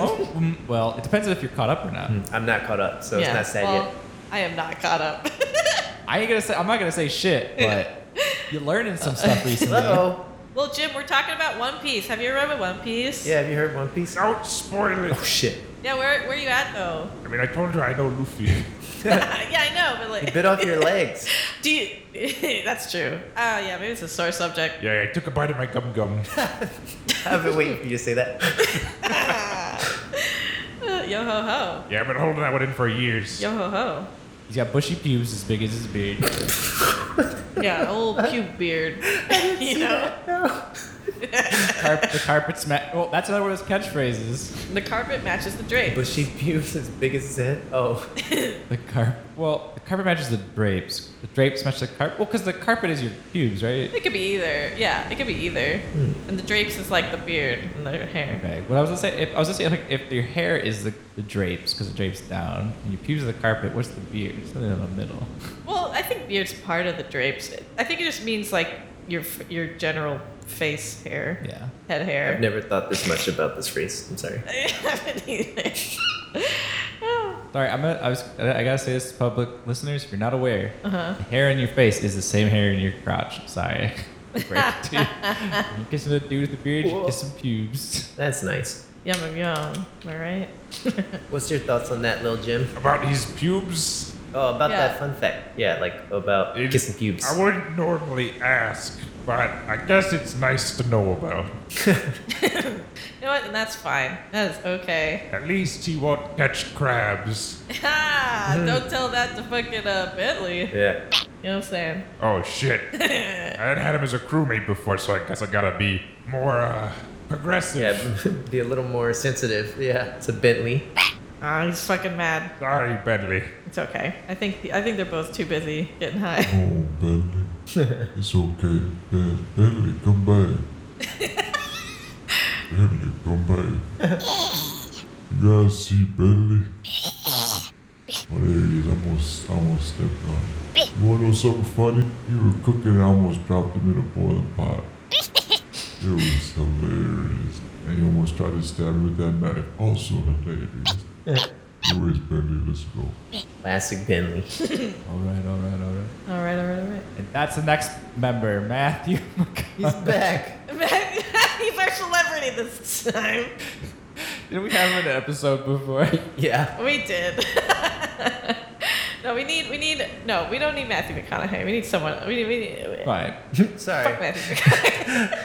A: Oh, mm, well, it depends if you're caught up or not.
B: I'm not caught up, so
C: yeah.
B: it's not sad
C: well,
B: yet.
C: I am not caught up. (laughs)
A: I ain't gonna say I'm not gonna say
B: (laughs)
A: shit, but you're learning some stuff recently.
B: Uh-oh.
C: well, Jim, we're talking about One Piece. Have you ever read One Piece?
B: Yeah, have you heard One Piece?
D: Don't spoil
B: Oh,
D: it.
B: shit.
C: Yeah, where, where you at,
B: (laughs)
C: though? (laughs)
D: I mean, I told you I know Luffy.
C: yeah, I know, but
B: You (laughs)
C: like.
B: bit off your legs.
C: Do you, (laughs) that's true. Oh, yeah, maybe it's a sore subject.
D: Yeah, I took a bite of my gum gum.
B: I've been waiting for you to say that.
C: Uh, yo ho ho.
D: Yeah, I've been holding that one in for years.
C: Yo ho ho.
A: He's got bushy pubes as big as his beard.
C: Yeah, old
B: (laughs)
C: pube beard. (laughs) you know,
A: Carp, the carpet's ma- Well, that's another one of his catchphrases.
C: the carpet matches the drape.
B: Bushy pubes as big as his head. Oh,
A: The carp. Well, the carpet matches the drapes. The drapes match the carpet. Well, because the carpet is your pubes, right?
C: It could be either. Yeah, it could be either.
B: Hmm.
C: And the drapes is like the beard and the hair.
A: Okay. What I was gonna say, if I was gonna say, like, if your hair is the, the drapes, because the drapes down, and your pubes are the carpet, what's the beard? Something in the middle.
C: Well, I think beard's part of the drapes. I think it just means like your f- your general face hair,
A: Yeah.
C: head
B: I've
C: hair.
B: never thought this much about this phrase. I'm sorry.
C: (laughs) I haven't either.
A: Sorry, I'm gonna, I was. I gotta say this to public listeners. If you're not aware, the hair in your face is the same hair in your crotch. Sorry. (laughs) Break it to you. you kissing a dude with a beard, you
B: Whoa.
A: kiss some pubes.
B: That's nice.
C: yum yum yum. Am I right?
B: What's your thoughts on that, Lil Jim?
D: About his pubes,
B: Oh, about
C: Yeah.
B: that fun fact. Yeah, like about
D: It-
B: kissing pubes.
D: I wouldn't normally ask, but I guess it's nice to know about.
C: You know what? And that's fine. That is okay. (laughs)
D: At least he won't catch crabs.
C: Ha!
B: Hmm.
C: Don't tell that to fucking uh, Bentley. You
B: Yeah.
C: know what I'm saying?
A: (laughs)
D: Oh shit! I had had him as a crewmate before, so I guess I gotta be more uh, progressive.
B: Yeah, (laughs) be a little more sensitive. Yeah, to Bentley.
C: Ah, he's fucking mad.
D: Sorry, Bentley.
C: It's okay. I think I think they're both too busy getting high. (laughs)
E: Oh, Bentley. it's okay. Ben- Bentley, come back. Bentley, come back. You guys see Bentley? Oh, there he is. I almost, I almost stepped on him. You want to know something funny? You were cooking and I almost dropped him in a boiling pot. It was hilarious. And he almost tried to stab me with that knife. Also hilarious. Anyways, Bentley, let's go.
B: Classic Bentley.
A: All right, all right, all right.
C: All right, all right, all right.
A: And that's the next member, Matthew. (laughs)
B: He's back.
C: (laughs) he's our celebrity this time.
A: Did we have an episode before? (laughs)
B: Yeah.
C: We did. (laughs) no, we need we need no, we don't need Matthew McConaughey. We need someone. We need, we need
A: Fine. (laughs)
B: Sorry.
C: fuck Matthew. McConaughey.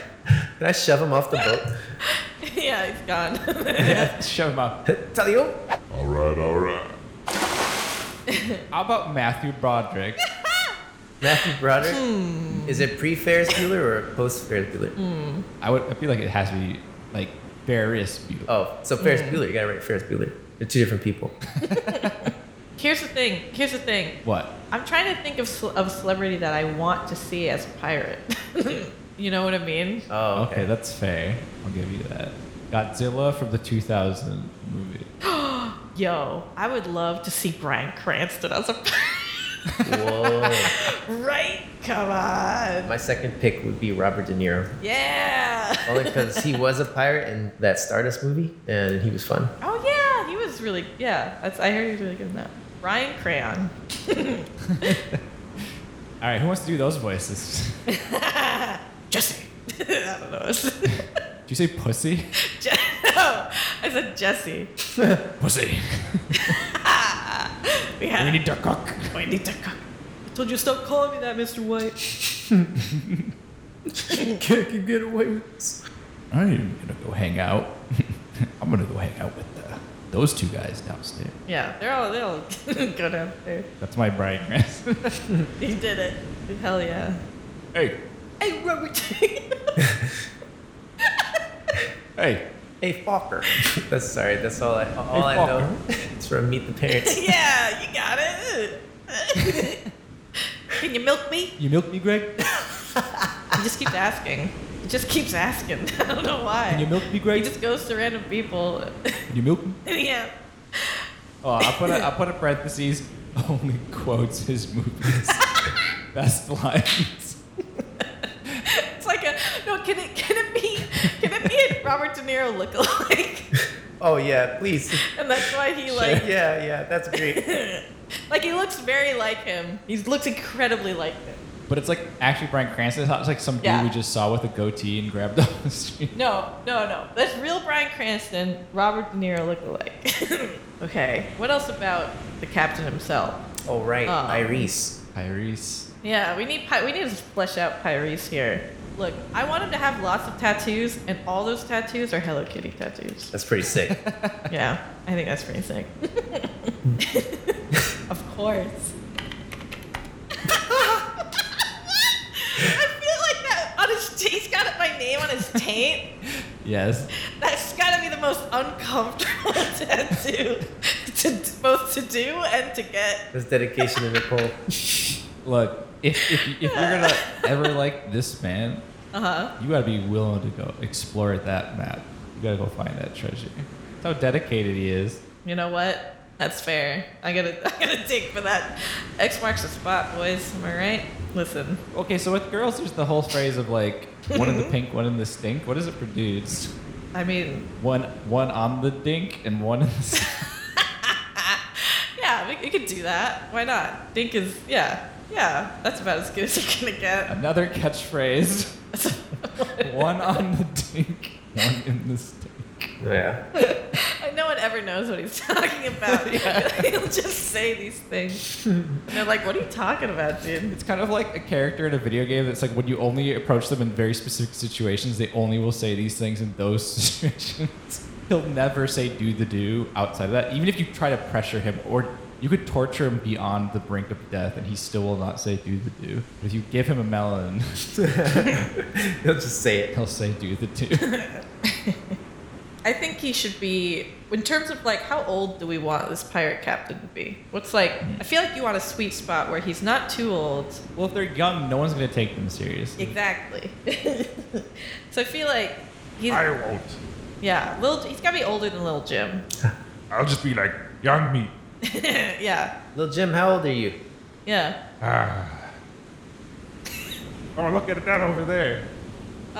B: Can I shove him off the boat? (laughs)
C: (laughs) yeah, he's gone. (laughs)
A: Yeah, shove him up.
B: Tell you.
E: All right, all right.
A: How about Matthew Broderick?
B: Matthew Broderick. Is it pre-Ferris Bueller or post-Ferris Bueller?
A: I would. I feel like it has to be like Ferris Bueller.
B: Oh, so Ferris Bueller. You gotta write Ferris Bueller. They're two different people.
C: Here's the thing. Here's the thing.
A: What?
C: I'm trying to think of ce- of a celebrity that I want to see as a pirate. (laughs) you know what I mean?
B: Oh,
A: Okay, that's fair. I'll give you that. Godzilla from the 2000 movie.
C: Yo, I would love to see Brian Cranston as a
B: Whoa.
C: (laughs) right. Come on.
B: My second pick would be Robert De Niro.
C: Yeah,
B: Only because he was a pirate in that Stardust movie, and he was fun.
C: Oh yeah, he was really yeah. That's I heard he was really good in that. Ryan Crayon.
A: All right, who wants to do those voices? (laughs)
C: Jesse. (laughs) I don't know.
A: Did you say pussy?
C: Je- no, I said Jesse.
A: Pussy.
C: We
A: (laughs) We
C: had
A: need to cook.
C: we need to come. I told you stop calling me that, Mr. White.
B: Can't you get away with this?
A: I'm gonna go hang out. (laughs) I'm gonna go hang out with uh, those two guys downstairs.
C: Yeah, they're all they all (laughs) go down there.
A: That's my Brian Grant.
C: He did it. Hell yeah.
A: (laughs) hey,
C: Hey Robert.
A: hey,
B: Hey, Fokker. (laughs) That's sorry. That's all I all
A: Hey,
B: I know. (laughs) It's from Meet the Parents.
C: (laughs) yeah, you got it. (laughs) Can you milk me?
A: you milk me, Greg?
C: He just keeps asking. He just keeps asking. (laughs) I don't know why.
A: Can you milk me,
C: he
A: Greg?
C: just goes to random people. (laughs)
A: Can you milk me?
C: yeah.
A: Oh, I put a, I put a parentheses. Only quotes his (laughs) movies. Best lines.
C: It's like a no. Can it can it be can it be a Robert De Niro lookalike?
B: Oh yeah, (laughs) please.
C: (laughs) And that's why he like
B: yeah, yeah, that's great.
C: (laughs) like he looks very like him. He looks incredibly like him.
A: But it's like actually Brian Cranston. It's not like some dude
C: Yeah.
A: we just saw with a goatee and grabbed (laughs) off the street.
C: No, no, no. That's real Brian Cranston, Robert De Niro lookalike. (laughs) okay. What else about the captain himself?
B: Oh right,
C: Oh.
B: Iris.
A: Tyrese.
C: Yeah, we need Py- we need to flesh out Pyrese here. Look, I want him to have lots of tattoos, and all those tattoos are Hello Kitty tattoos.
B: That's pretty sick. (laughs)
C: Yeah, I think that's pretty sick. (laughs) of (laughs) course. I feel like that on his he's got my name on his taint.
A: Yes.
C: That's got to be the most uncomfortable (laughs) tattoo to both to do and to get.
B: This dedication to (laughs) Nicole.
A: Look, if if, you- if you're gonna ever like this man,
C: Uh huh.
A: you gotta be willing to go explore that map. You gotta go find that treasure. That's how dedicated he is.
C: You know what? That's fair. I gotta, I gotta dig for that. X marks the spot, boys. Am I right? Listen.
A: Okay, so with girls, there's the whole phrase of like one in the pink, one in the stink. What is it for dudes?
C: I mean,
A: One one on the dink and one in the. Stink.
C: (laughs) yeah, we, we could do that. Why not? Dink is, yeah, yeah. That's about as good as you're gonna get.
A: Another catchphrase. (laughs) one on the dink, one in the stink.
B: Yeah.
C: And no one ever knows what he's (laughs) talking about. (laughs) He'll just say these (laughs) things. And they're like, what are you talking about, dude?
A: It's kind of like a character in a video game that's like when you only approach them in very specific situations, they only will say these things in those (laughs) situations. He'll never say do the do outside of that. Even if you try to pressure him or you could torture him beyond the brink of death and he still will not say do the do. But if you give him a melon, (laughs)
B: He'll just say it.
A: he'll say do the do. (laughs)
C: I think he should be in terms of like how old do we want this pirate captain to be? What's like I feel like you want a sweet spot where he's not too old.
A: well, if they're young, no one's going to take them seriously.
C: Exactly. (laughs) so I feel like he's
D: I won't.
C: yeah, little he's gotta be older than little Jim.
D: I'll just be like, young me.
C: yeah.
B: Little Jim, how old are you?
C: Yeah.
D: Ah. Oh, look at that over there.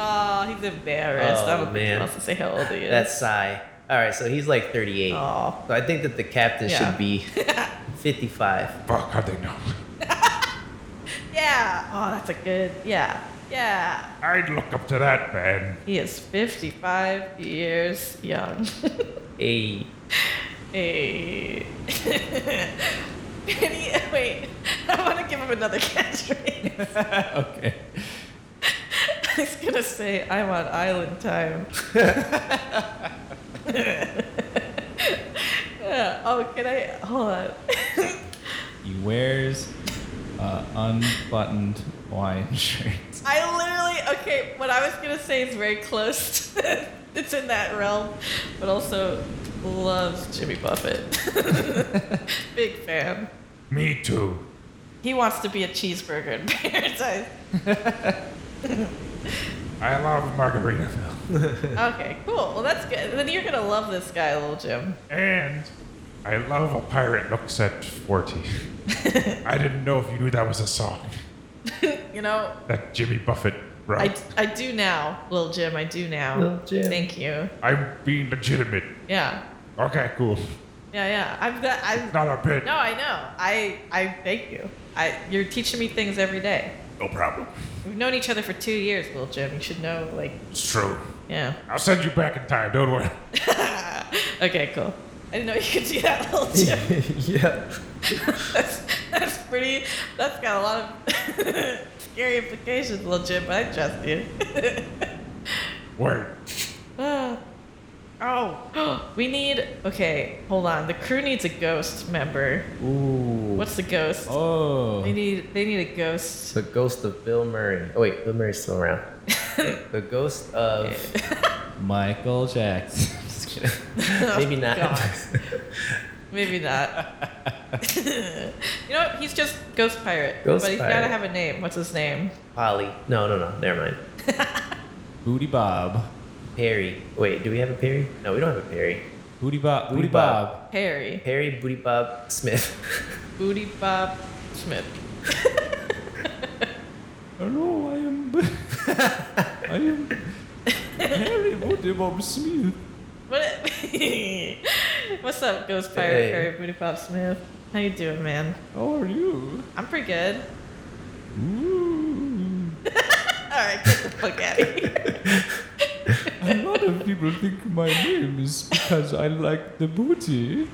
C: Oh, he's embarrassed. I
B: Oh,
C: don't think he
B: man.
C: wants to say how old he is.
B: That's Sai. All right, so he's like 38.
C: oh.
B: So I think that the captain
C: Yeah.
B: should
C: (laughs)
B: be 55.
D: Fuck, how'd they know?
C: Yeah. Oh, that's a good yeah. Yeah.
D: I'd look up to that man.
C: He is fifty five years young. (laughs)
B: Hey,
C: Hey. (laughs) Penny, wait. I want to give him another (laughs) catchphrase.
A: (laughs) okay.
C: I was going to say, I'm on island
B: (laughs)
C: time. (laughs) yeah. Oh, can I? Hold on.
A: He wears uh, unbuttoned Hawaiian (laughs) shirts.
C: I literally, okay, what I was going to say is very close. To, (laughs) it's in that realm, but also loves Jimmy Buffett. (laughs) Big fan.
D: Me too.
C: He wants to be a cheeseburger in (laughs) paradise.
D: I love Margaritaville.
C: Okay, cool. Well, that's good. Then you're gonna love this guy, little Jim.
D: And I love a pirate looks
C: (laughs)
D: at 40. I didn't know if you knew that was a song.
C: You know,
D: That Jimmy Buffett Right.
C: I, I do now, little Jim. I do now.
B: Little Jim.
C: Thank you.
D: I'm being legitimate.
C: Yeah.
D: Okay, cool.
C: Yeah, yeah. I'm that. I'm.
D: Not a bit.
C: No, I know. I I thank you. I you're teaching me things every day.
D: No problem.
C: We've known each other for two years, little Jim. You should know, like,
D: It's true.
C: yeah. (laughs)
D: I'll send you back in time. Don't worry.
C: okay, cool. I didn't know you could do that, (laughs) little Jim.
B: yeah.
C: that's, that's pretty. That's got a lot of (laughs) scary implications, little Jim. But I trust you. (laughs)
D: Word.
B: Uh,
C: oh, (gasps) we need. Okay, hold on. The crew needs a ghost member.
B: Ooh.
C: What's the ghost?
A: Oh.
C: They need. They need a ghost.
B: The ghost of Bill Murray. Oh wait, Bill Murray's still
C: (laughs)
B: around. the ghost of (laughs)
A: Michael Jackson. (laughs) Just kidding.
B: maybe not.
C: Oh, God.
B: (laughs)
C: Maybe not. (laughs) you know, what? he's just ghost pirate.
B: Ghost
C: but he's gotta
B: pirate.
C: have a name. What's his name?
B: (laughs) Polly. No, no, no. Never mind.
A: Booty Bob.
B: Perry. Wait, do we have a Perry? No, we don't have a Perry.
A: Booty Bob. Booty
B: Booty
A: Bob.
B: Bob.
C: Harry.
B: Perry Booty Bob Smith. (laughs)
C: Booty Bob Smith.
A: Hello, I am. (laughs) B- I am Harry Booty Bob Smith.
C: What? (laughs) What's up, ghost pirate
B: Hey.
C: Harry Booty Bob Smith? How you doing, man?
A: How are you?
C: I'm pretty good.
A: Ooh.
C: All right, get the fuck out of here.
A: A lot of people think my name is because I like the booty.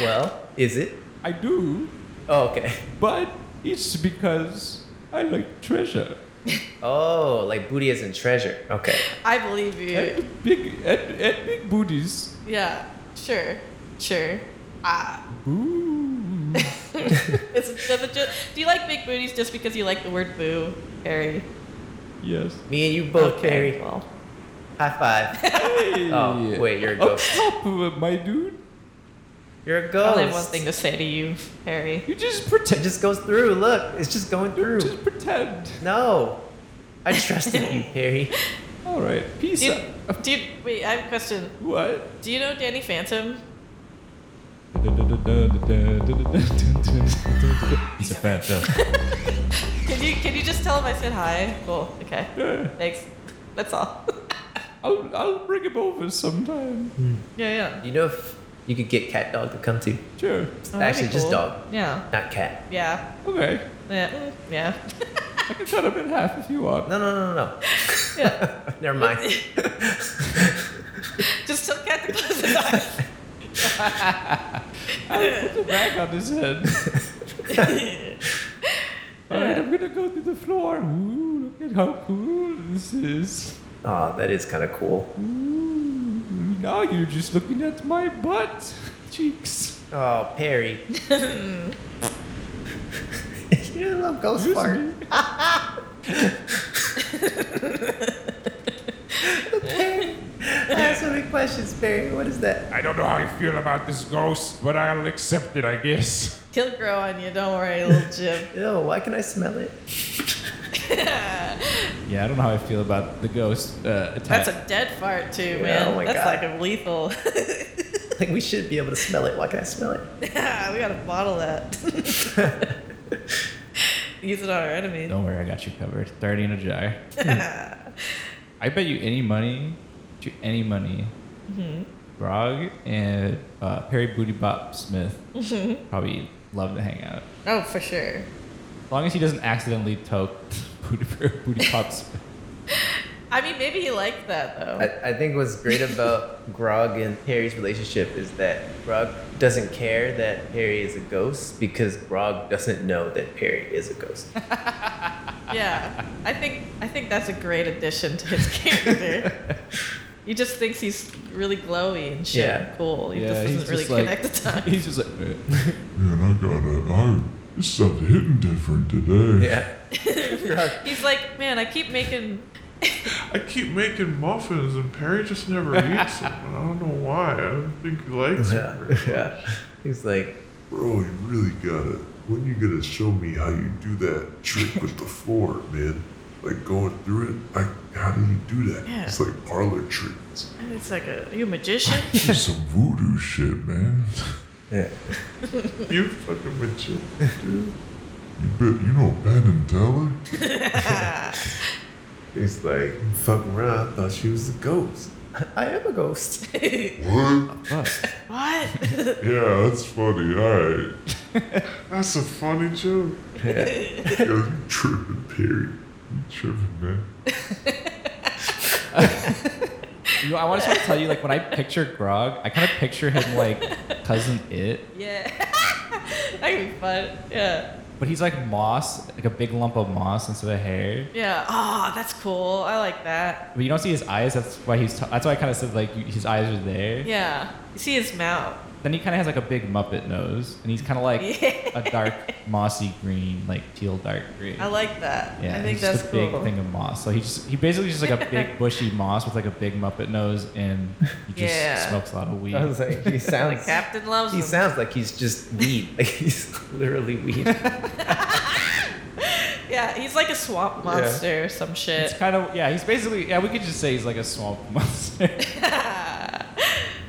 B: well, is it?
A: I do,
B: Oh, okay.
A: but it's because I like treasure.
B: Oh, like booty as in treasure. Okay.
C: I believe you.
A: And big and, and big booties.
C: Yeah, sure, sure. Ah,
A: Ooh.
C: it's, does it ju- do you like big booties just because you like the word boo, Harry?
A: Yes.
B: Me and you both,
C: Okay,
B: Perry.
C: Well,
B: High
C: (laughs)
B: five.
A: Hey.
B: (laughs) Oh, wait, you're a
A: Up
B: ghost.
A: top, uh, my dude.
B: You're a
C: I
B: ghost.
C: only have one thing to say to you, Harry.
A: You just
B: It
A: pretend.
B: just goes through. Look, it's just going through.
A: Just pretend.
B: No. I trusted you, Perry.
A: All right. Peace.
C: Do you,
A: out. (laughs)
C: do you- wait, I have a question.
A: What? (laughs)
C: Do you know Danny Phantom?
A: He's a fan.
C: Can you can you just tell him I said hi? Cool. Okay. Thanks. That's all.
A: I'll, I'll bring him over sometime.
C: yeah, Oh,
B: You know if you could get cat dog to come to.
A: Sure.
C: yeah.
B: Actually, just dog.
C: Yeah.
B: Not cat.
C: Yeah.
A: Okay.
C: Yeah. mm, Yeah. (laughs)
A: I can cut him in half if you want.
B: No, no, no, no,
C: yeah.
B: no. (laughs) Never mind.
C: Just tell Cat to close his (laughs) eyes.
A: I'll put the bag on his head. All right, I'm gonna go to the floor. Ooh, look at how cool this is.
B: Oh, that is kind of cool.
A: Ooh, now you're just looking at my butt (laughs) cheeks.
B: Oh, Perry. you love ghost
A: Excuse
B: fart.
A: me.
B: I have so many questions, Perry. What is that?
D: I don't know how you feel about this ghost, but I'll accept it, I guess.
C: He'll grow on you. Don't worry, little Jim.
B: Ew, why can I smell it? (laughs)
A: Yeah, I don't know how I feel about the ghost uh, attack.
B: (laughs)
C: That's a dead fart too,
B: Yeah,
C: man.
B: oh my
C: That's
B: God.
C: like a lethal. (laughs)
B: Like, we should be able to smell it. Why can I smell it?
C: we gotta bottle that.
B: (laughs)
C: (laughs) Use it on our enemies.
A: Don't worry, I got you covered. Thirty in a jar.
C: (laughs)
A: I bet you any money, to any money,
C: Mm-hmm.
A: Grog and uh, Perry Booty Bop Smith
C: Mm-hmm.
A: probably love to hang out.
C: Oh, for sure.
A: As long as he doesn't accidentally toke (laughs) Booty, booty Bop Smith.
C: (laughs) I mean, maybe he liked that though.
B: I, I think what's great about Grog and Harry's relationship is that Grog doesn't care that Harry is a ghost because Grog doesn't know that Harry is a ghost.
C: yeah, I think I think that's a great addition to his character. he just thinks he's really glowy and shit,
B: Yeah.
C: and cool. He just doesn't really
A: like,
C: connect the
A: (laughs)
C: dots.
A: he's just like, "Eh."
E: Man, I gotta. I, this stuff's hitting different today.
B: (laughs) Yeah. Grog,
A: (laughs)
C: He's like, man, I keep making.
F: I keep making muffins and Perry just never eats them. And I don't know why. I don't think he likes
B: (laughs) yeah,
F: them. very much.
B: yeah. He's like,
E: Bro, you really gotta. When you gonna show me how you do that trick with the floor, man? Like going through it? Like, how do you do that?
C: Yeah.
E: It's like parlor
B: (laughs)
E: tricks.
C: It's like a are you
A: (laughs)
C: a magician. (laughs)
E: This is some voodoo shit, man.
B: yeah.
F: You fucking mature.
E: You bet you know Ben and Teller?
B: He's like, fucking around. I thought she was a ghost. I am a ghost. (laughs)
E: What?
C: What? (laughs)
E: Yeah, that's funny. Alright.
F: (laughs) That's a funny joke.
E: Yo, you tripping, Perry. You tripping, man.
A: You know, I want to sort of tell you, like, when I picture Grog, I kind of picture him
C: (laughs)
A: like cousin It,
C: yeah. (laughs) that could be fun. Yeah.
A: but he's like moss, like a big lump of moss instead of hair.
C: Yeah. Ah, that's cool. I like that.
A: But you don't see his eyes. That's why he's. T- that's why I kind of said like you, his eyes are there.
C: Yeah. You see his mouth.
A: Then he kind of has like a big Muppet nose, and he's kind of like
C: Yeah.
A: a dark mossy green, like teal dark green.
C: I like that.
A: yeah,
C: I
A: and
C: think
A: he's
C: that's
A: just a
C: cool.
A: big thing of moss. So he just he basically just like a
C: (laughs)
A: big bushy moss with like a big Muppet nose, and he just
C: Yeah.
A: smokes a lot of weed.
B: I was (laughs) like, he
C: The
B: sounds.
C: captain loves
B: he
C: him.
B: sounds like he's just weed. (laughs) Like he's literally (laughs) weed.
C: yeah, he's like a swamp monster or some shit.
A: It's kind of yeah. He's basically yeah. We could just say he's like a swamp (laughs) monster.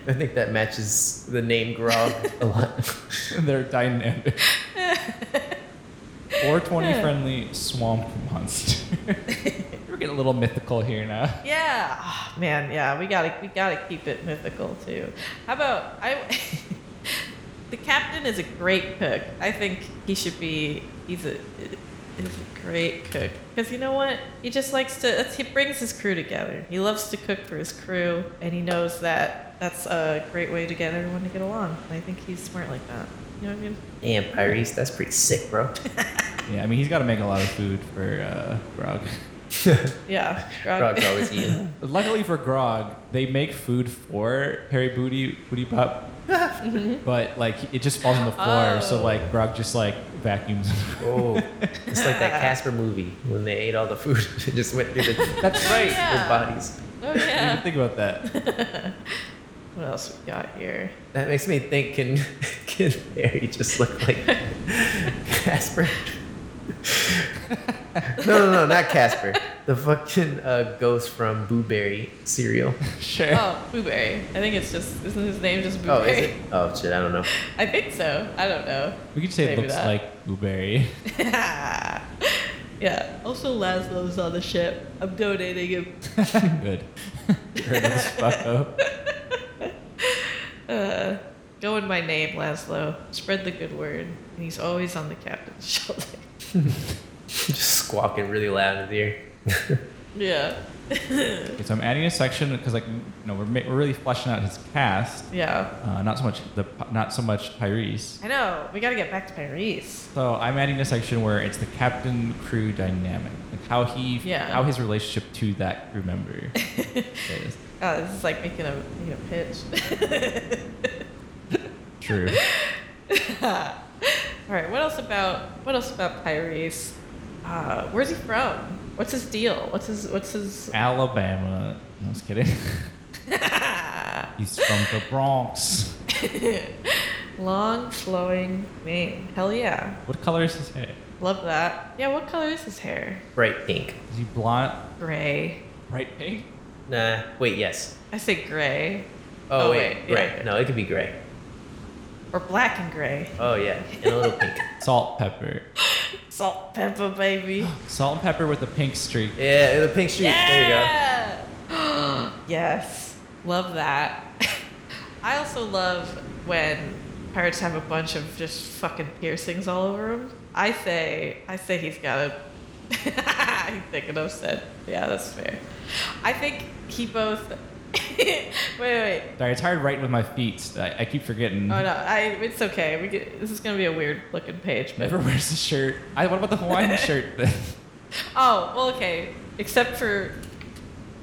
B: I think that matches the name Grog a lot. (laughs)
A: They're
C: (laughs)
A: dynamic. 420 friendly swamp monster. (laughs) We're getting a little mythical here now.
C: Yeah, Ah, man. Yeah, we gotta we gotta keep it mythical too. How about I? (laughs) the captain is a great cook. I think he should be. He's a. He's a great cook because you know what? He just likes to. that's- He brings his crew together. He loves to cook for his crew, and he knows that that's a great way to get everyone to get along. And I think he's smart like that. You know what I mean?
B: Damn, Pyrese, that's pretty sick, bro.
A: Yeah, I mean he's got to make a lot of food for uh, Grog.
C: Yeah.
B: Grog's always eating.
A: Luckily for Grog, they make food for Harry Booty Booty
C: (laughs)
A: Pop, but like it just falls on the floor. So
C: Oh.
A: like Grog just like vacuums.
B: Oh, it's like that Casper movie when they ate all the food (laughs) and just went through the,
A: That's
C: right.
B: their bodies.
C: (laughs) Oh
A: I didn't even
C: (laughs) yeah.
A: think about that.
C: (laughs) what else we got here?
B: That makes me think can (laughs) can Harry just look like Casper? (laughs) no, no, no, not Casper. The fucking uh, ghost from Boo Berry cereal. (laughs)
A: Sure.
C: Oh, Blueberry. I think it's just isn't his name just
B: Oh,
C: Blueberry?
B: is it? (laughs) Oh shit, I don't know.
C: (laughs) I think so. I don't know. (laughs)
A: we could say it
C: maybe
A: looks
C: that.
A: like blueberry. (laughs)
C: yeah. Also, Laszlo's on the ship. I'm donating him. (laughs)
A: Good. Turn this fuck up.
C: Uh, go in my name, Laszlo. Spread the good word. And he's always on the captain's (laughs) shoulder.
B: Just squawking really loud in his ear.
C: yeah.
A: Okay, so I'm adding a section because like you know we're, ma- we're really fleshing out his cast.
C: Yeah.
A: Uh, not so much the not so much Pyrese.
C: I know. We gotta get back to Paris.
A: So I'm adding a section where it's the captain crew dynamic, like how he
C: Yeah.
A: how his relationship to that crew
C: (laughs)
A: member is.
C: God, this is like making a making a pitch. (laughs)
A: True.
C: All right. What else about what else about Paris? Uh, where's he from? What's his deal? What's his what's his?
A: Alabama. No, I was
C: (laughs)
A: kidding. He's from the Bronx.
C: Long flowing mane. Hell yeah.
A: What color is his hair?
C: Love that. Yeah, what color is his hair?
B: Bright pink.
A: Is he blonde?
C: Gray.
A: Bright pink?
B: Nah. Wait. Yes.
C: I say gray.
B: Oh,
C: Oh,
B: wait.
C: wait, yeah.
B: Right. No, it could be gray.
C: Or black and gray.
B: Oh yeah, and a little pink. (laughs)
A: Salt pepper.
C: Salt pepper, baby.
A: Salt and pepper with a pink streak.
B: Yeah, the pink streak. There
C: yeah! (gasps) yes. Love that. (laughs) I also love when pirates have a bunch of just fucking piercings all over him. I say, I say he's got a. (laughs) he's thinking of said. Yeah, that's fair. I think he both. (laughs) wait, wait, wait.
A: Sorry, it's hard writing with my feet. I, I keep forgetting.
C: Oh no, I, it's okay. We get, this is gonna be a weird looking page, but
A: Never wears a shirt. I, what about the Hawaiian (laughs) shirt? then?
C: oh well, okay. Except for,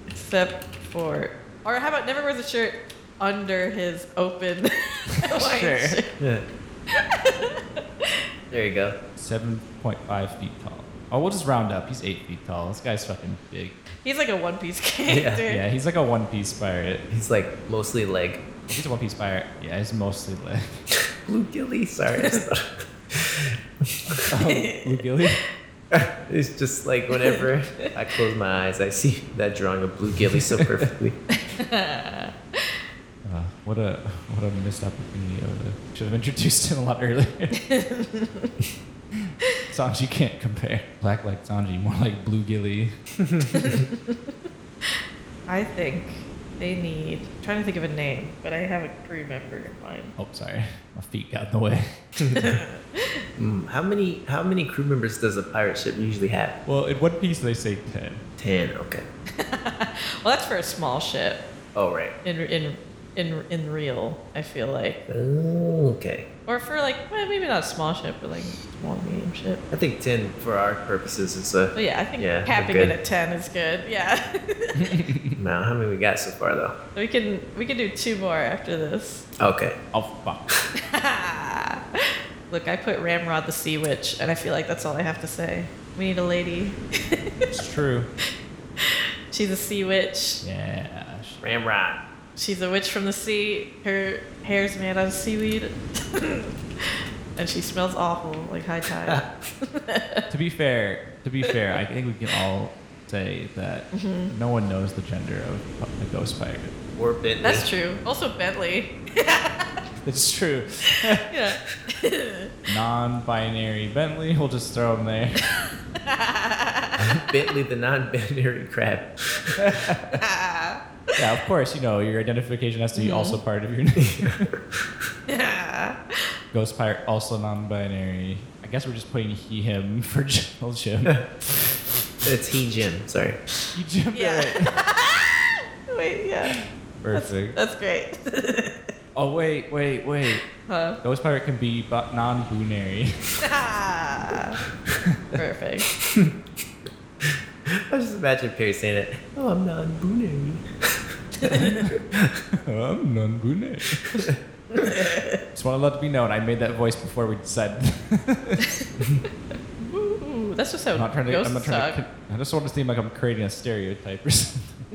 C: except for, or how about never wears a shirt under his open (laughs) Hawaiian
A: Sure.
C: shirt.
B: you go. there you go.
A: 7.5 feet tall. Oh, we'll just round up. He's 8 feet tall. This guy's fucking big.
C: He's like a One Piece character.
A: Yeah, he's like a One Piece pirate.
B: He's like mostly leg.
A: He's a One Piece pirate. Yeah, he's mostly
C: (laughs)
A: leg.
B: Blue gilly. Sorry. I just thought-
A: Blue Gilly?
B: it's just like whenever I close my eyes, I see that drawing of blue gilly so perfectly.
A: Uh, What a what a missed opportunity. Of the, should have introduced him a lot earlier. Sanji can't compare. Black like Sanji, more like Blue Gilly.
C: I think they need. I'm trying to think of a name, but I have a crew member in mind.
A: Oh, sorry, my feet got in the way.
B: Mm, how many how many crew members does a pirate ship usually have?
A: Well, in One Piece they say ten.
B: Ten. Okay.
C: Well, that's for a small ship.
B: All right.
C: In in in in real, I feel like,
B: Oh, okay.
C: or for like well, maybe not a small ship, but like small medium ship.
B: I think ten for our purposes is
C: But
B: a.
C: yeah, I think
B: Yeah, we're
C: capping
B: good.
C: it at ten is good. Yeah,
B: Now, how many we got so far though?
C: (laughs) we can we can do two more after this.
B: Okay.
A: Oh fuck.
C: (laughs) Look, I put Ramrod the Sea Witch, and I feel like that's all I have to say. We need a lady.
A: It's true.
C: She's a sea witch.
A: Yeah. sh-
B: Ramrod.
C: She's a witch from the sea. Her hair's made out of seaweed. (laughs) and she smells awful, like high
B: (laughs)
C: tide.
A: To be fair, to be fair, I think we can all say that no one knows the gender of the ghost pirate.
B: Or Bentley. (laughs)
C: That's true. Also, Bentley.
A: It's true.
C: Yeah.
A: Non-binary Bentley. We'll just throw him there.
B: Bentley, the non-binary crab.
A: yeah, of course. You know your identification has to be also
C: Mm-hmm.
A: part of your name.
C: (laughs)
A: (laughs)
C: Yeah.
A: ghost pirate, also non-binary. I guess we're just putting he him (laughs) for general Jim.
B: It's he, Jim. Sorry.
A: you Jim.
C: (laughs) Yeah. (laughs) Wait, yeah.
A: Perfect.
C: That's great.
A: Oh wait, wait, wait.
C: Huh?
A: Ghost pirate can be bu- non-binary. (laughs)
C: Ah. (laughs) Perfect.
B: I just imagine Perry saying it. Oh, I'm non-binary.
A: I'm
C: (laughs)
A: non-binary. just want to let it be known I made that voice before we decided.
C: Ooh, that's just how
A: (laughs) I'm not trying to.
C: ghosts
A: I'm not trying
C: talk.
A: to. con- I just want to seem like I'm creating a stereotype or something. (laughs)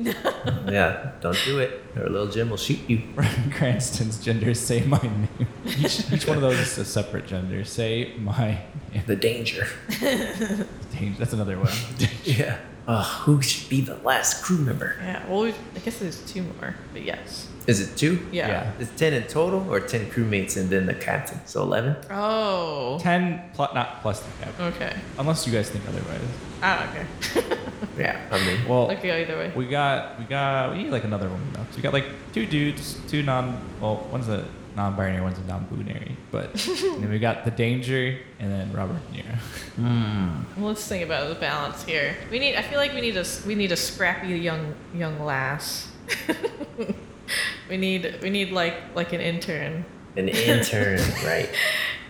B: yeah. Don't do it, or little Jim will shoot you.
A: Bryan Cranston's gender. Say my name. (laughs) Each, each one of those is a separate gender. Say my name.
B: The danger.
A: Dang, That's another one.
B: (laughs) Yeah. Uh, who should be the last crew member?
C: Yeah, well, we I guess there's two more, but yes.
B: Is it two?
C: Yeah.
B: It's ten in total, or ten crewmates and then the captain. So eleven.
C: Oh.
A: Ten plus not plus the cap.
C: Okay.
A: Unless you guys think otherwise.
C: I don't care.
B: (laughs) Yeah. I mean,
A: Well,
C: I could go either way.
A: we got we got we need like another one though. So we got like two dudes, two non. Well, one's a non-binary, one's a non-binary. But and then we got the danger, and then Robert De Niro.
C: Well, let's think about the balance here. We need. I feel like we need a s- we need a scrappy young young lass. (laughs) we need we need like like an intern.
B: an intern, (laughs) right?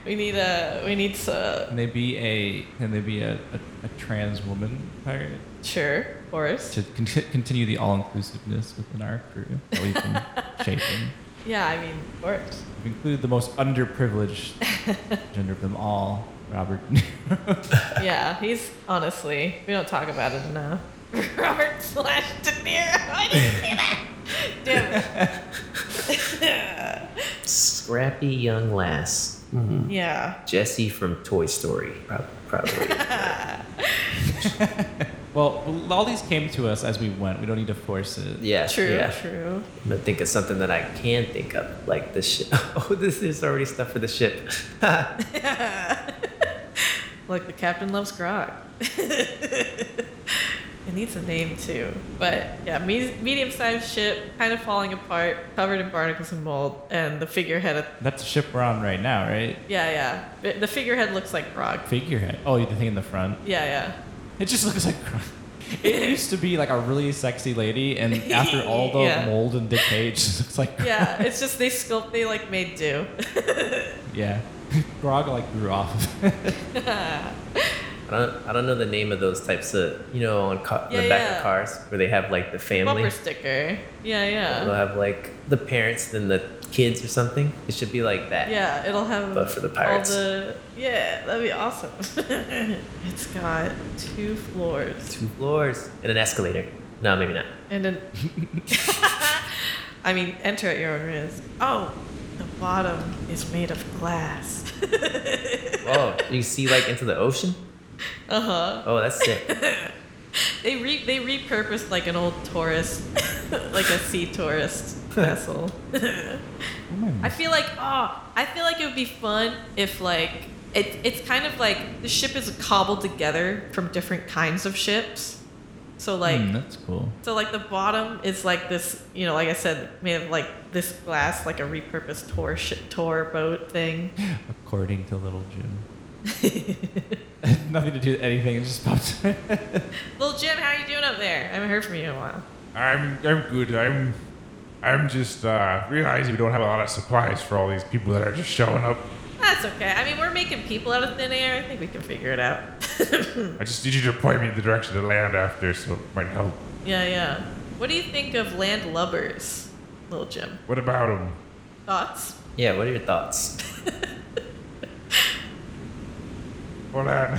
C: We need a we need a
A: Can they be a can they be a, a, a trans woman pirate
C: sure Boris.
A: to con- continue the all inclusiveness within our crew that we've been shaping?
C: Yeah, I mean Boris.
A: We've included the most underprivileged gender of them all, Robert.
C: Yeah, he's honestly we don't talk about it enough. (laughs) Robert slash De Niro. (laughs) I didn't see that. Damn it.
B: Scrappy young lass.
C: (laughs) yeah.
B: Jesse from Toy Story, prob-
C: (laughs)
B: probably.
A: well, well, all these came to us as we went. We don't need to force it.
B: Yeah.
C: True.
B: Yeah.
C: True.
B: I'm gonna think of something that I can think of, like the ship. (laughs) Oh, this there's already stuff for the ship. (laughs)
C: Look, the captain loves grog. (laughs) it needs a name too. But yeah, me- medium sized ship, kind of falling apart, covered in barnacles and mold, and the figurehead. Of-
A: That's the ship we're on right now, right?
C: yeah, yeah. The- The figurehead looks like grog.
A: Figurehead. Oh, you the thing in the front.
C: Yeah, yeah.
A: It just (laughs) looks like. It used to be like a really sexy lady,
C: (laughs)
A: and after all the
C: Yeah.
A: mold and decay, it just looks like.
C: Yeah, it's just they sculpt, they like made do.
A: (laughs) Yeah. Grog like grew off of it.
B: I don't, I don't know the name of those types of, you know, on ca-
C: Yeah,
B: the back
C: yeah.
B: of cars where they have like the family.
C: Bumper sticker. Yeah,
B: They'll
C: yeah.
B: have like the parents, then the kids or something. It should be like that.
C: Yeah, it'll have
B: But for the pirates.
C: all the. Yeah, that'd be awesome. (laughs) it's got two floors.
B: Two floors and an escalator. No, maybe not. (laughs)
C: And then, I mean, enter at your own risk. Oh, the bottom is made of glass. (laughs)
B: Oh, you see like into the ocean?
C: uh huh.
B: Oh, that's sick.
C: (laughs) They re they repurposed like an old tourist, like a sea tourist vessel. I feel like oh, I feel like it would be fun if like it, it's kind of like the ship is cobbled together from different kinds of ships. So like
A: Hmm, (laughs) that's cool.
C: so like the bottom is like this, you know, like I said, made of like this glass, like a repurposed tour ship, tour boat thing.
A: According to Little
C: (laughs)
A: Jim. (laughs) Nothing to do with anything. It just pops.
C: Little Jim, how you doing up there? I haven't heard from you in a while.
D: I'm I'm good. I'm I'm just uh, realizing we don't have a lot of supplies for all these people that are just showing up.
C: That's okay. I mean, we're making people out of thin air. I think we can figure it out. (laughs)
D: I just need you to point me in the direction to land after, so it might help.
C: yeah, yeah. What do you think of landlubbers, Little Jim?
D: What about them?
C: Thoughts? (laughs)
B: Yeah, what are your thoughts? (laughs)
D: Hold
C: Are
D: on. (laughs)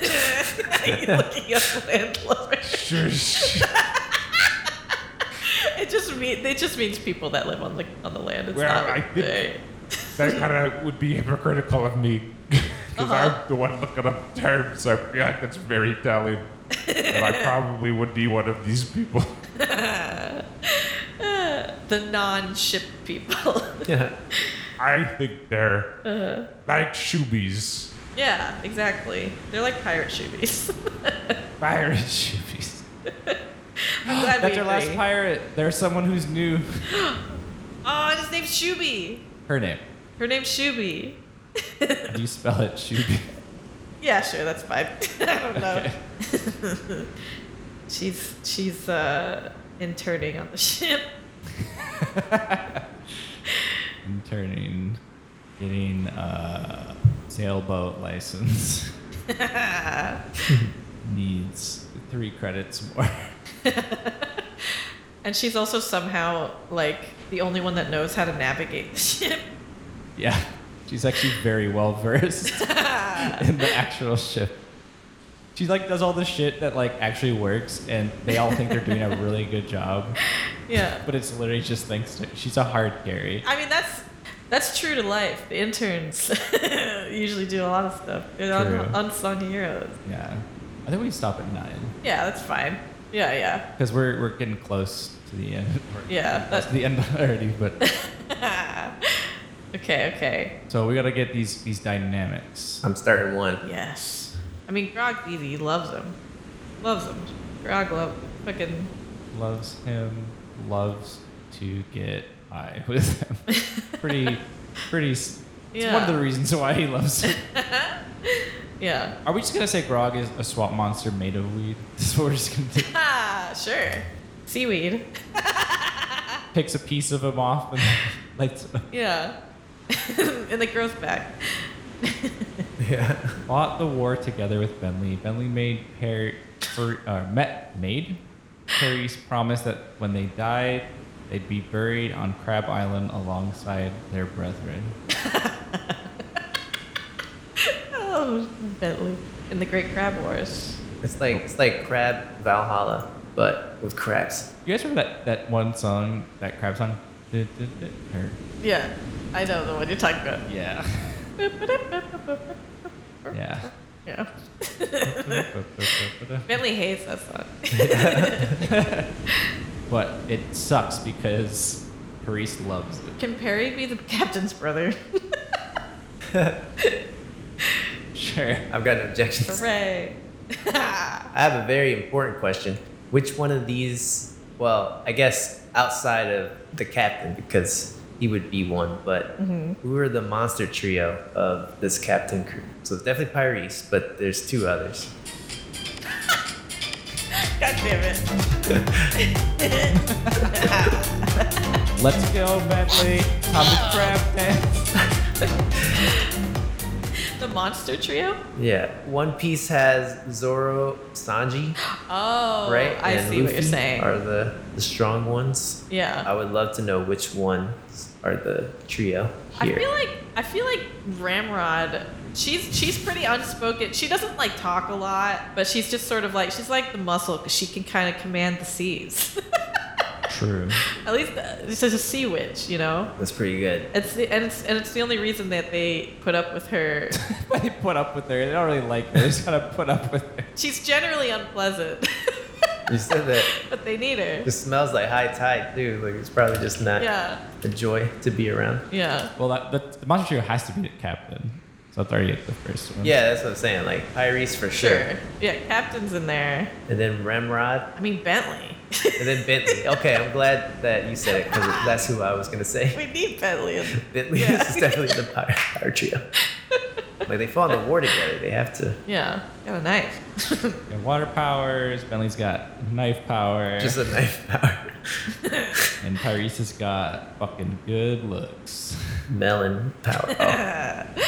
A: (laughs)
C: you looking up landlubbers?
D: Sure. sh-
C: It just mean it just means people that live on the on the land. It's
D: Well,
C: not
D: I think-
C: they-
D: that kind of would be hypocritical of me, because
C: Uh-huh.
D: I'm the one looking up terms. I feel like that's very telling. and I probably would be one of these people. (laughs)
C: uh, the non-ship people. (laughs)
B: Yeah.
D: I think they're like shoobies.
C: yeah, exactly. They're like pirate shoobies.
A: (laughs)
C: (laughs)
A: pirate shippies.
C: I'm (laughs) glad
A: That's
C: we
A: our last
C: agree.
A: pirate. There's someone who's new.
C: Oh, his name's Shooby.
A: Her name.
C: Her name's Shooby.
A: How do you spell it? Shubi.
C: Yeah, sure, that's fine. (laughs) I
A: (laughs)
C: don't know. she's she's uh, interning on the (laughs) ship.
A: Turning, getting a sailboat license
C: and
A: needs three credits more. (laughs)
C: she's also somehow like the only one that knows how to navigate the (laughs) ship.
A: yeah, she's actually very well versed in the actual ship. She like does all the shit that like actually works, and they all think they're doing a really good job,
C: Yeah.
A: but it's literally just thanks to she's a hard carry.
C: I mean that's that's true to life. The interns (laughs) usually do a lot of stuff. They're
A: True.
C: un- unsung heroes.
A: Yeah, I think we stop at nine
C: Yeah, that's fine. Yeah, yeah,
A: because we're we're getting close to the end. We're
C: yeah.
A: close to the end already, but.
C: That- (laughs) okay, okay.
A: So we gotta get these these dynamics.
B: I'm starting one.
C: Yes. I mean, Grog Evie loves him. Loves him. Grog love fucking.
A: Loves him, loves to get high (laughs) with him. pretty, pretty. s- It's one of
C: Yeah.
A: the reasons why he loves him.
C: Yeah.
A: Are we just gonna say Grog is a swamp monster made of weed? (laughs) That's what we're just gonna do.
C: Ah, sure. Seaweed.
A: Picks a piece of him off and (laughs) lights him.
C: Yeah. (laughs) and it grows back.
A: fought the war together with Bentley. Bentley made Perry, for, uh, met made Perry's promise that when they died, they'd be buried on Crab Island alongside their brethren.
C: Oh, Bentley. In the Great Crab Wars.
B: It's like it's like crab Valhalla, but with crabs.
A: You guys remember that, that one song, that crab song? Did- did- did- or-
C: Yeah. I know the one you're talking about.
A: Yeah. Yeah.
C: Yeah. Bentley hates that song.
A: but it sucks because Paris loves it.
C: Can Perry be the captain's (laughs) brother?
A: Sure.
B: I've got objections.
C: Hooray.
B: I have a very important question. Which one of these? Well, I guess outside of the captain because he would be one, but
C: Mm-hmm.
B: who are the monster trio of this captain crew? So it's definitely Pyres, but there's two others.
C: God damn it.
A: Let's go, Bentley. I'm (laughs) the crab dance.
C: The monster trio?
B: Yeah, One Piece has Zoro, Sanji,
C: Oh,
B: right?
C: I
B: and
C: see what you're
B: Luffy
C: saying.
B: Are the the strong ones? I
C: yeah.
B: would love to know which ones are the trio
C: I
B: here.
C: feel like I feel like Ramrod. She's she's pretty unspoken. She doesn't like talk a lot, but she's just sort of like she's like the muscle 'cause she can kind of command the seas. (laughs)
A: True.
C: At least uh, this is a sea witch, you know.
B: That's pretty good.
C: It's the, and it's and it's the only reason that they put up with her.
B: (laughs)
A: But they put up with her. They don't really like her. They just gotta put up with her.
C: she's generally unpleasant. (laughs)
B: You said that
C: but they need her.
B: it smells like high tide too. Like it's probably just not
C: Yeah,
B: a joy to be around.
C: yeah.
A: Well, that, that, the monster trio has to be the captain. So it's already the first one.
B: Yeah, that's what I'm saying. Like Pyrese for sure,
C: Sure. Yeah, Captain's in there.
B: and then Remrod,
C: I mean, Bentley. (laughs)
B: and then (laughs) Bentley. Okay, I'm glad that you said it because that's who I was gonna say.
C: we need
B: (laughs)
C: Bentley. in there.
B: Bentley
C: Yeah.
B: is definitely the power, power
C: (laughs)
B: trio. Like they fall in the war together. They have to.
C: Yeah, got a knife.
A: Yeah, water powers. Bentley's got knife power.
B: Just a knife power.
A: and Tyrese has got fucking good looks.
B: Melon power.
C: (laughs)
B: Oh,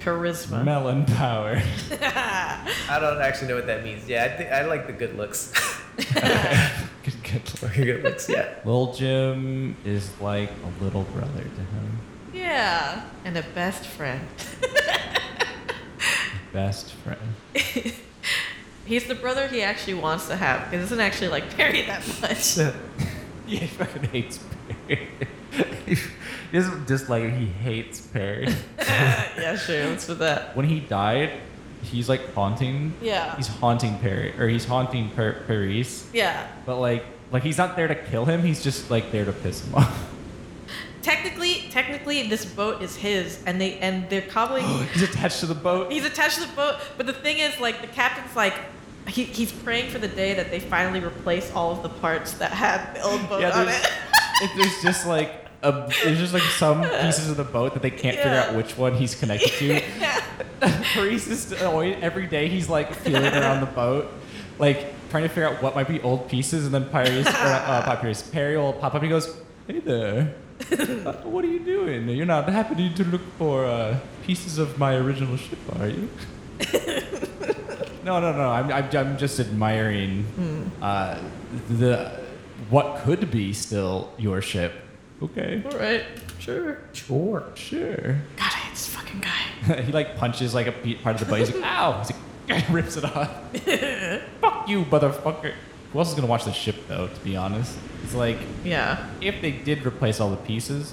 C: Charisma.
A: Melon power. (laughs)
B: I don't actually know what that means. Yeah, I think I like the good (laughs) looks.
A: good, good looks.
B: good looks. Yeah.
A: Lil Jim is like a little brother to him.
C: yeah, and a best friend.
A: Best friend.
C: He's the brother he actually wants to have. He doesn't actually like Perry that much. (laughs)
A: Yeah, (laughs) he fucking hates Perry. (laughs) he doesn't dislike him, he hates Perry.
C: yeah, sure. Let's do
A: (laughs)
C: that.
A: when he died, he's like haunting.
C: Yeah.
A: He's haunting Perry, or he's haunting per- Paris,
C: Yeah.
A: but like, like he's not there to kill him. He's just like there to piss him off. (gasps)
C: Technically, technically, this boat is his, and they and they're (gasps) probably
A: he's attached to the boat.
C: he's attached to the boat. But the thing is, like, the captain's like. He, he's praying for the day that they finally replace all of the parts that had the old boat on
A: there's,
C: it. (laughs)
A: (laughs) it- there's just like a, there's just like some pieces of the boat that they can't figure
C: Yeah.
A: out which one he's connected to.
C: (laughs)
A: (laughs)
C: yeah.
A: Paris is still always, every day he's like feeling around the boat, like trying to figure out what might be old pieces, and then Paris or
C: (laughs)
A: uh, not Paris, Perry will pop up. He goes, "Hey there, Uh, what are you doing? You're not happening to look for uh, pieces of my original ship, are you?" no, no, no. I'm, I'm, I'm just admiring
C: Hmm.
A: uh, the what could be still your ship. Okay,
C: All right. Sure.
B: Sure.
A: sure. (laughs)
C: God, I hate this fucking guy.
A: he like punches like a pe- part of the body. He's like, ow! He's like, (laughs) rips it off.
C: (laughs)
A: Fuck you, motherfucker. Who else is gonna watch the ship though? To be honest, it's like
C: Yeah. (laughs)
A: if they did replace all the pieces,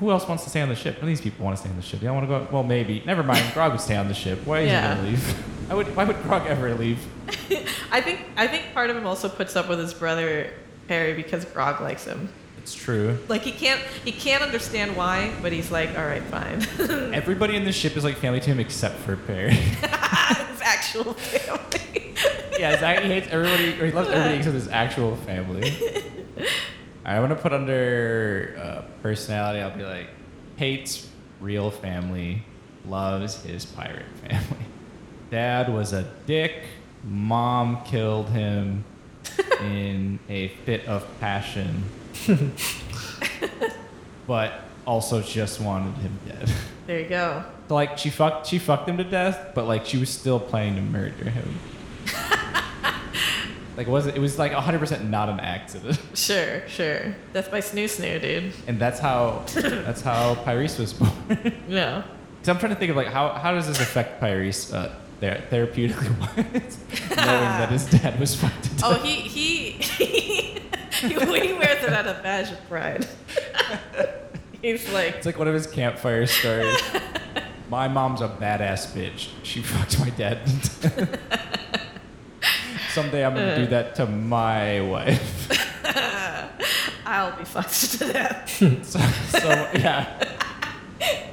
A: who else wants to stay on the ship? None of these people want to stay on the ship. They don't want to go. Well, maybe. Never mind. Grog would stay on the ship. Why is
C: Yeah.
A: he gonna leave? (laughs) I would. Why would Grog ever leave?
C: I think I think part of him also puts up with his brother Perry because Grog likes him.
A: It's true.
C: Like he can't he can't understand why, but he's like, all right, fine. (laughs)
A: Everybody in this ship is like family to him except for Perry.
C: his actual family.
A: (laughs)
C: (laughs)
A: yeah, Zach, he hates everybody, or he loves everybody except his actual family. (laughs) I want to put under uh, personality. I'll be like, hates real family, loves his pirate family. (laughs) Dad was a dick. Mom killed (laughs) him in a fit of (laughs) passion, but also just wanted him dead.
C: there you go.
A: So, like she fucked, she fucked him to death, but like she was still planning to murder him. like it was it was like 100% not an accident,
C: Sure, sure. Death by snoo snoo, dude.
A: and that's how that's how Pyrese was born. (laughs)
C: No.
A: so I'm trying to think of like how how does this affect Pyrese uh, ther- therapeutically (laughs) wise, knowing that his dad was fucked to death.
C: Oh, (laughs) he he he, (laughs) he wears it out of badge of pride. (laughs) he's like,
A: It's like one of his campfire stories. my mom's a badass bitch. She fucked my dad. to death. Someday I'm gonna do that to my wife.
C: I'll be fucked to death.
A: So, so yeah. (laughs)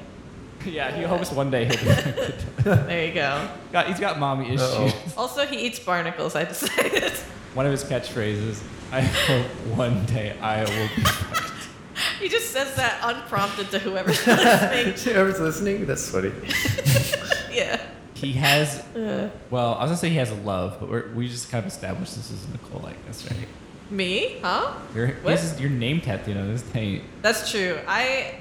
A: Yeah, he hopes one day he'll be. (laughs)
C: There you go.
A: Got, he's got mommy issues.
B: Uh-oh.
C: Also, he eats barnacles. I decided. (laughs)
A: One of his catchphrases I hope one day I will be.
C: He just says that unprompted to (laughs) whoever's
B: (laughs)
C: listening.
B: Whoever's listening, that's funny.
C: Yeah. Uh,
A: He has, well, I was gonna say he has a love, but we're, we just kind of established this is Nicole, like, that's right.
C: Me? Huh?
A: Your,
C: What?
A: this is your name tattooed on his taint.
C: That's true. I,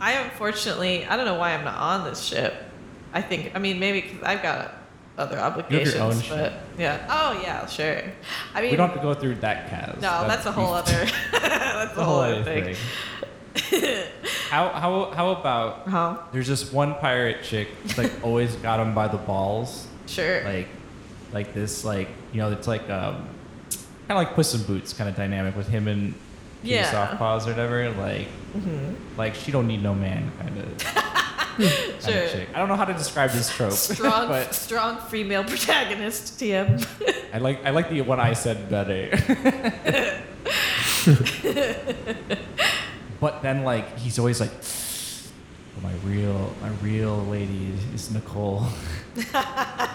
C: I unfortunately, I don't know why I'm not on this ship. I think, I mean, maybe because I've got other obligations.
A: own
C: but
A: ship.
C: yeah. Oh yeah, sure. I mean,
A: We don't have to go through that cast.
C: no, that's a
A: (laughs)
C: whole other. (laughs) that's a whole other thing.
A: how, how, how about
C: Huh?
A: there's this one pirate chick that's like always got him by the balls
C: Sure.
A: like like this like you know it's like um kind of like Puss in Boots kind of dynamic with him and Peter
C: Yeah. Mm-hmm. (laughs)
A: Softpaws or whatever like like she don't need no man kind of kind of
C: Sure.
A: chick. I don't know how to describe this trope. (laughs)
C: Strong,
A: but
C: strong female protagonist, TM.
A: I like I like the one I said better. but then like he's always like "But my real my real lady is Nicole,
C: (laughs)
A: (laughs)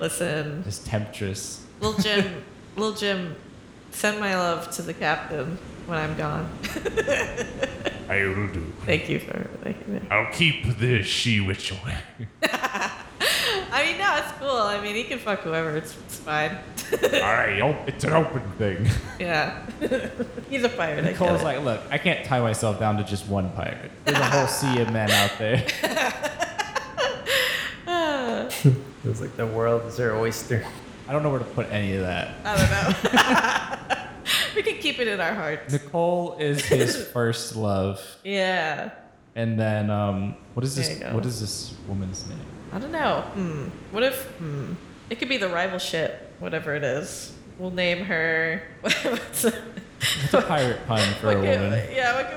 C: Listen,
A: this temptress.
C: Lil Jim, Lil Jim, send my love to the captain when I'm gone.
D: I will do.
C: Thank you for thank you.
D: I'll keep the she witch away.
C: I mean, no, it's cool. I mean, he can fuck whoever. It's, it's fine.
D: All right, op- it's an open thing.
C: Yeah, (laughs) he's a pirate. I get
A: Nicole's
C: it.
A: like, look, I can't tie myself down to just one pirate. There's a whole (laughs) sea of men out there.
C: Ah,
B: It's like the world is her oyster.
A: I don't know where to put any of that.
C: I don't know. (laughs) we can keep it in our hearts.
A: Nicole is
C: (laughs)
A: his first love,
C: Yeah.
A: and then um, what is
C: There
A: this?
C: you go.
A: What is this woman's name?
C: I don't know. Hmm. What if? Hmm. It could be the rival ship, whatever it is. We'll name her. (laughs) What's a,
A: It's a Um, pirate pun for a
C: (laughs) what can-
A: woman.
C: Yeah. What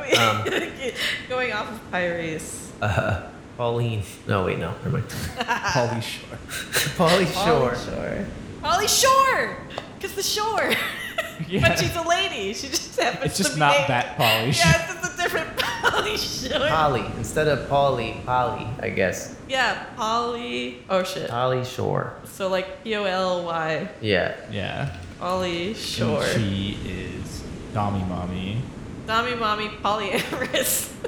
C: can (laughs) we? going off of Pyrese.
B: Uh, Pauline. No, wait, no. Never mind.
C: Ah.
A: Polly Shore.
B: Polly Shore.
C: Shore. Polly Shore. Cause
A: (laughs)
C: the shore.
A: Yeah.
C: But she's a lady. She just happens
A: It's
C: to
A: just
C: be
A: not
C: named-
A: that Polly Shore.
C: Yeah, it's just a different (laughs) Polly Shore.
B: Polly. Instead of Polly, Polly, I guess.
C: yeah, Polly. Oh shit.
B: Polly Shore.
C: So like P O L Y.
B: Yeah.
A: Yeah.
C: Polly Shore.
A: And she is Dommy Mommy.
C: Dami mommy polyamorous. (laughs)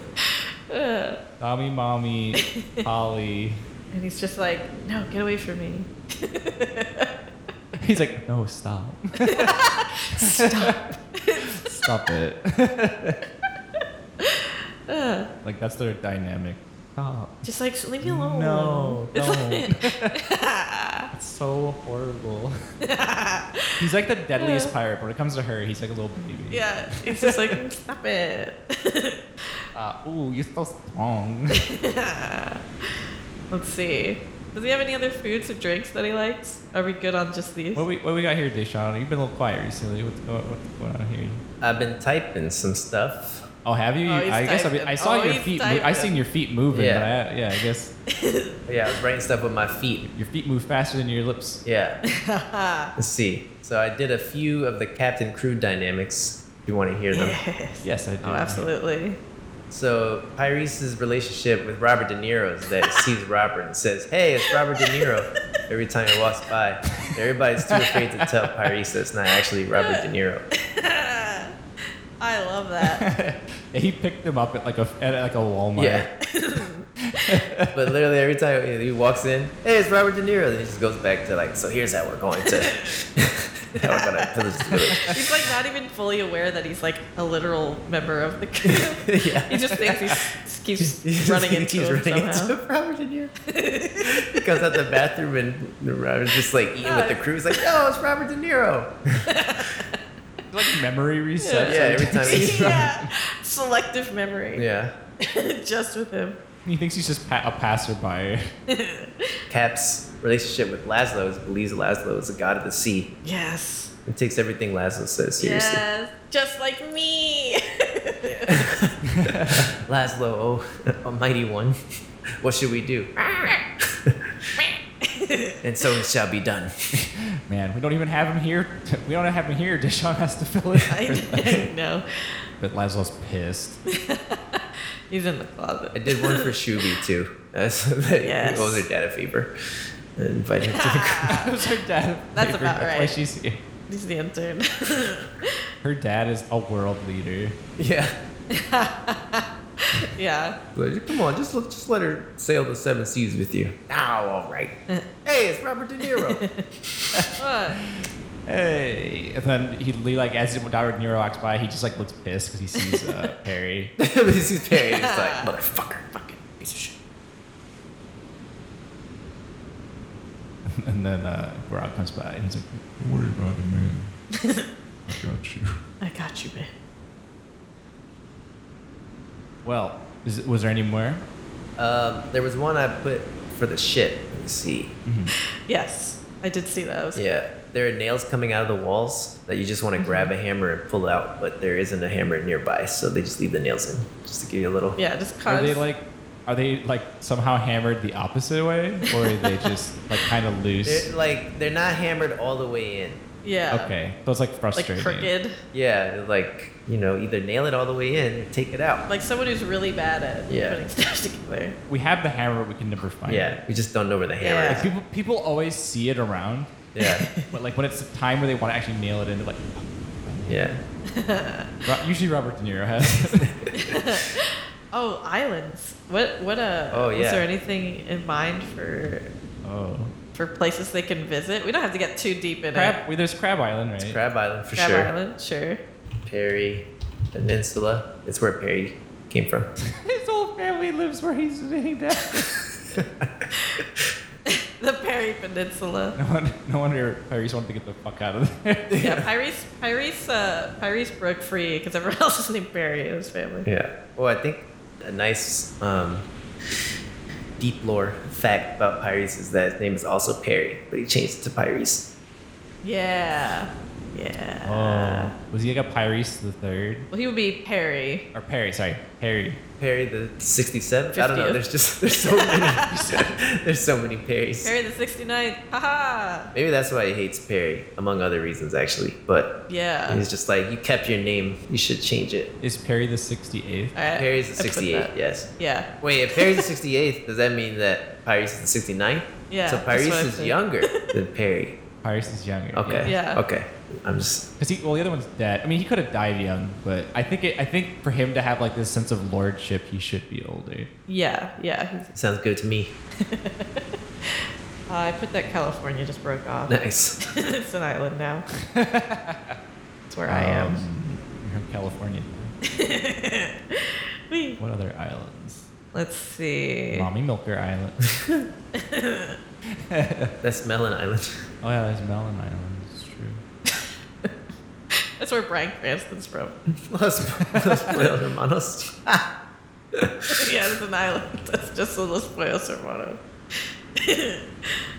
C: Ugh.
A: Dommy
C: (laughs)
A: Mommy, Polly.
C: And he's just like, no, get away from me.
A: (laughs) He's like, no, stop. stop. (laughs) stop it.
C: (laughs)
A: like, that's their dynamic. Stop.
C: Just like, leave me alone.
A: No,
C: It's
A: don't. (laughs)
C: like-
A: It's so
C: (laughs)
A: horrible. he's like the deadliest pirate. When it comes to her, he's like a little baby.
C: yeah, he's just like, (laughs) stop it. (laughs)
A: Uh, ooh, you're so
D: (laughs)
A: strong.
C: Let's see. Does he have any other foods or drinks that he likes? Are we good on just these?
A: what we what we got here, Deshaun? You've been a little quiet recently. What's going, what's going on here?
B: I've been typing some stuff.
A: Oh, have you?
C: Oh, he's
A: I guess I,
C: typing.
A: I saw
C: Oh,
A: your
C: he's
A: feet. Mo- I
C: typing.
A: seen your feet moving.
B: Yeah.
A: But I, yeah, I guess
B: Yeah, I was writing stuff with my feet.
A: your feet move faster than your lips.
B: Yeah. Let's see. So I did a few of the captain crew dynamics. If you want to hear
C: (laughs)
B: them.
C: Yes.
A: Yes, I do.
C: Oh, absolutely.
B: So Pyrese's relationship with Robert De Niro is that he sees Robert and says, "Hey, it's Robert De Niro." Every time he walks by, everybody's too afraid to tell Pyrese that it's not actually Robert De Niro.
C: I
A: (laughs)
C: love that.
A: he picked them up at like a at like a Walmart.
B: Yeah. (laughs) but literally every time he walks in, hey, it's Robert De Niro. Then he just goes back to like, so here's how we're going to, (laughs) how we're going to pillage the
C: (laughs)
B: village.
C: he's like not even fully aware that he's like a literal member of
B: (laughs)
C: the crew.
B: yeah.
C: he just
B: (laughs)
C: thinks he's, keeps
B: He just
C: running
B: thinks
C: into
B: he's
C: him
B: running
C: somehow.
B: into (laughs) Robert De Niro. he comes out the bathroom and Robert's just like eating with the crew. He's like, no, it's Robert De Niro.
A: Like memory
B: Yeah,
A: reset.
B: every time he's
C: (laughs) yeah, selective
B: (laughs)
C: memory.
B: Yeah.
C: (laughs) just with him.
A: He thinks he's just pa- a passerby.
B: Cap's relationship with Laszlo is believes Laszlo is the god of the sea
C: Yes.
B: and takes everything Laszlo says seriously.
C: Yes. Just
B: (laughs)
C: like me. (laughs)
B: Laszlo, oh, almighty one, what should we do? and so it shall be done.
A: Man, we don't even have him here. (laughs) We don't have him here. Deshaun has to fill
C: (laughs)
A: it.
C: I, I know.
A: But Laszlo's pissed.
C: He's in the
B: I
C: closet.
B: did one for Shuby too. Uh, (laughs) so that
C: Yes.
B: He owes her dad a favor. And invite him
A: (laughs)
B: to
A: That's her dad.
C: That's
A: favorite.
C: about
A: That's why
C: right.
A: she's here.
C: He's the intern. (laughs)
A: Her dad is a world leader.
B: the Yeah.
C: yeah.
B: Like, Come on, just, let- just let her sail the seven seas with you. Oh, all right. hey, it's Robert De Niro. (laughs)
C: What?
A: Hey, and then he, he like as Robert De Niro walks by, he just like looks pissed because he sees uh, Perry.
B: this is Perry. It's like, motherfucker, fucking piece of shit.
A: And then uh, Barack comes by and he's like,
E: Don't worry about it, man. I got you.
C: I got you, man.
A: "Well, is, was there any more?"
B: Um, there was one I put for the ship. Let me see.
C: Yes. I did see those.
B: Yeah, there are nails coming out of the walls that you just want to grab a hammer and pull out, but there isn't a hammer nearby, so they just leave the nails in just to give you a little.
C: Yeah, just
A: Are
C: cause.
A: they like Are they like somehow hammered the opposite way, or are they just like kind of loose?
B: They're like they're not hammered all the way in.
C: Yeah.
A: Okay, so it's like
C: Like
A: frustrating.
C: crooked.
B: Yeah, they're like you know, either nail it all the way in or take it out.
C: Like someone who's really bad at
B: Yeah.
C: putting (laughs) stuff together.
A: We have the hammer, we can never find it.
B: Yeah, we just don't know where the hammer
A: Like, people, people always see it around,
B: is.
A: but like when it's the time where they want to actually nail it in, they're like
B: Yeah, (laughs) yeah.
A: Ro- usually Robert De Niro has.
C: Oh, islands. What what uh
B: Oh, yeah.
C: was there anything in mind for
A: oh,
C: for places they can visit? We don't have to get too deep in
A: crab.
C: it.
A: well, there's Crab Island, right?
B: Crab Island for
C: Crab
B: sure.
C: Island, sure. (laughs)
B: Perry Peninsula. It's where Perry came from.
A: His whole family lives where he's sitting down.
C: The Perry
B: (laughs)
C: Peninsula.
A: (laughs) No wonder, no wonder Paris wanted to get the fuck out of there.
C: yeah, Pyrese Pyrese uh, Pyrese broke free because everyone (laughs) else is named Perry in his family.
B: Yeah. Well, Oh, I think a nice um, deep lore fact about Pyrese is that his name is also Perry, but he changed it to Pyrese.
C: Yeah. Yeah.
A: Oh, was he like a Pyrese the third
C: Well, he would be Perry.
A: or Perry? Sorry, Perry.
B: Perry the 67th? I don't know.
C: 50th.
B: There's just, there's so many, (laughs) there's so many Perrys.
C: Perry the 69th. Haha.
B: Maybe that's why he hates Perry, among other reasons, actually. But
C: Yeah.
B: he's just like, you kept your name. You should change it.
A: Is Perry the sixty eighth?
C: All right,
B: Perry's
C: I
B: the
C: put
B: 68th,
C: that.
B: yes.
C: Yeah.
B: Wait, if Perry's the 68th, does that mean that Pyrese is the 69th?
C: Yeah,
B: So
C: that's what I
B: Pyrese is
C: said. (laughs)
B: younger than Perry.
A: Pyrese is younger.
B: Okay.
C: Yeah.
B: Okay. I'm just
A: Because he, well, the other one's dead. I mean, he could have died young, but I think it, I think for him to have like this sense of lordship, he should be older.
C: Yeah. Yeah. He's-
B: Sounds good to me.
C: Uh, I put that California just broke off.
B: Nice.
C: (laughs) it's an
A: (laughs)
C: island now. That's where I am.
A: Um, you're from California.
C: Whee.
A: What other
C: (laughs)
A: islands?
C: Let's see.
A: Mommy Milker Island.
C: (laughs)
B: That's Melon Island. (laughs)
A: Oh yeah, there's Melon Island. It's
C: (laughs)
A: true.
C: That's where Brian Cranston's from. (laughs)
B: Los, Los Pueblos Hermanos.
C: yeah, it's an island. (laughs) That's just a Los Pollos Hermanos.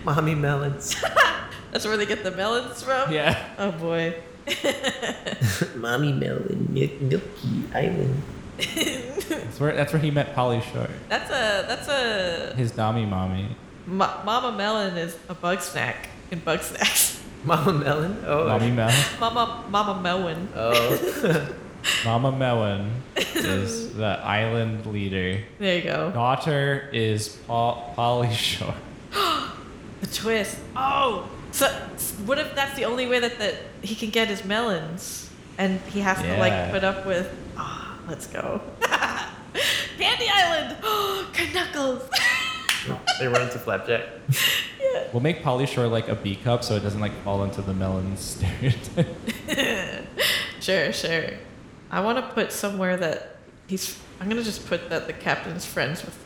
B: Mommy Melons. (laughs)
C: That's where they get the melons from.
A: Yeah.
C: Oh boy.
B: Mommy Melon. Mil- Milky Island.
A: That's where that's where he met Polly Shore.
C: That's a that's a
A: His Dami mommy.
C: Ma- Mama Melon is a bug snack in bug snacks. (laughs)
B: Mama Melon? Oh.
A: Mommy Melon.
C: Mama Mama Melon.
B: Oh.
A: Mama
C: (laughs)
A: Melon is the island leader.
C: There you go.
A: Daughter is Paul, Polly Shore.
C: The twist. Oh, so s- what if that's the only way that that he can get his melons, and he has to
A: Yeah.
C: like put up with? Ah, let's go. (laughs) Candy Island. (gasps) Oh, knuckles. (laughs)
B: they run into Flapjack.
A: We'll make Polly Shore like a B cup so it doesn't like fall into the melon (laughs) stereotype.
C: sure, sure. I want to put somewhere that he's. I'm gonna just put that the captain's friends with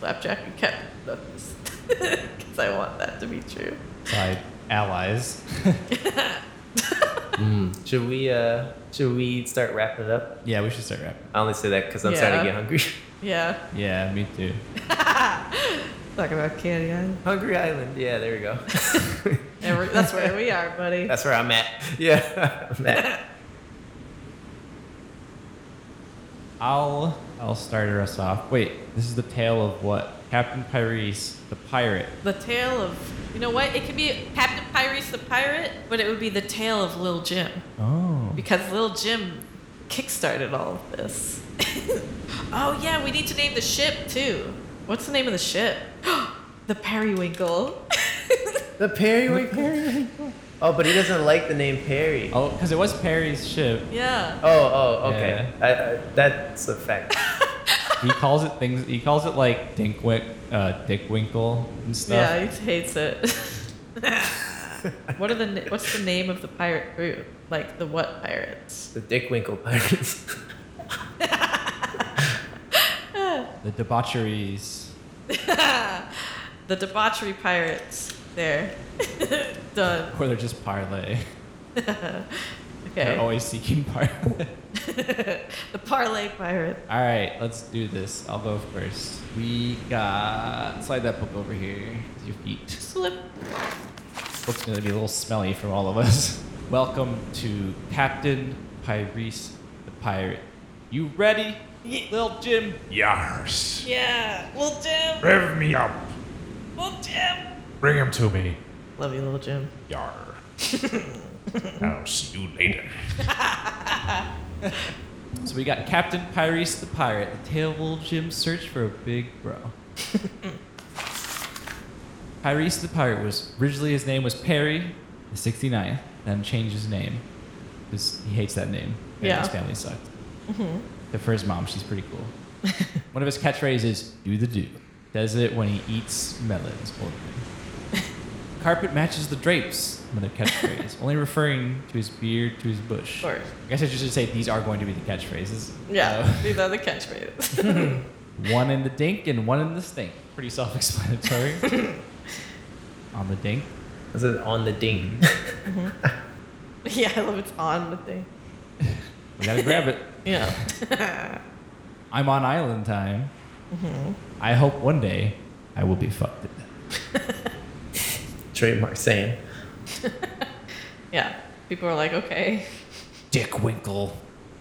C: Flapjack and Captain (laughs) Knuckles, because I want that to be true.
A: Side allies.
B: Should we, uh, should we start wrapping it up?
A: Yeah, we should start wrapping.
B: I only say that because I'm starting to
C: Yeah.
B: get hungry. (laughs)
C: Yeah,
A: Yeah, me too.
C: talk about Candy Island.
B: Hungry Island. Yeah, there we go.
C: And we're- That's where we are,
B: (laughs)
C: buddy.
B: That's where I'm at. Yeah. I'm at.
A: I'll I'll start us off. Wait, this is the tale of what Captain Pyrese, the pirate.
C: The tale of you know what? It could be Captain Pyrese the pirate, but it would be the tale of Lil Jim
A: Oh.
C: because Lil Jim kickstarted all of this. (laughs) oh yeah, we need to name the ship too. What's the name of the ship? (gasps) the Periwinkle. (laughs)
B: The Periwinkle. Oh, but he doesn't like the name Perry.
A: Oh, because it was Perry's ship.
C: yeah.
B: Oh, oh, okay. I, I, that's a fact.
A: He calls it things. He calls it like Dinkwick, uh, Dickwinkle and stuff.
C: Yeah, he hates it. (laughs) what are the na- what's the name of the pirate group? Like the what pirates? (laughs)
B: The Dick Winkle Pirates. (laughs)
A: The debaucheries.
C: The debauchery pirates. There. (laughs) Done.
A: Or they're just (laughs) parlay.
C: Okay.
A: They're always seeking parlay.
C: the parlay pirate.
A: (laughs) All right, let's do this. I'll go first. We got slide that book over here. to Your feet.
C: Slip.
A: This book's gonna be a little smelly from all of us. (laughs) Welcome to Captain Pyrese the Pirate. You ready?
C: Ye-
A: Little Jim.
D: Yars.
C: Yeah, little Jim.
D: Rev me up.
C: Little Jim.
D: Bring him to me.
C: Love you, little Jim.
D: Yar. I'll see you later.
A: So we got Captain Pyrese the pirate, the tale of little Jim's search for a big bro. Pyrese the pirate was originally his name was Perry the 69th, then changed his name because he hates that name. and
C: Yeah.
A: His family sucked. The first mom, she's pretty cool. One of his catchphrases is "Do the do." Does it when he eats melons. Old man. Carpet matches the drapes. Another catchphrase, only referring to his beard to his bush.
C: Sure.
A: I guess I should just say these are going to be the catchphrases.
C: Yeah, (laughs) these are the catchphrases. (laughs)
A: Uh, one in the dink and one in the stink. Pretty self-explanatory. On the dink.
B: Is it on the ding? (laughs)
C: yeah, I love it's on the thing.
A: We gotta grab it.
C: Yeah. (laughs)
A: I'm on island time. I hope one day I will be fucked.
B: Trademark saying.
C: Yeah. People are like, okay.
A: Dick Winkle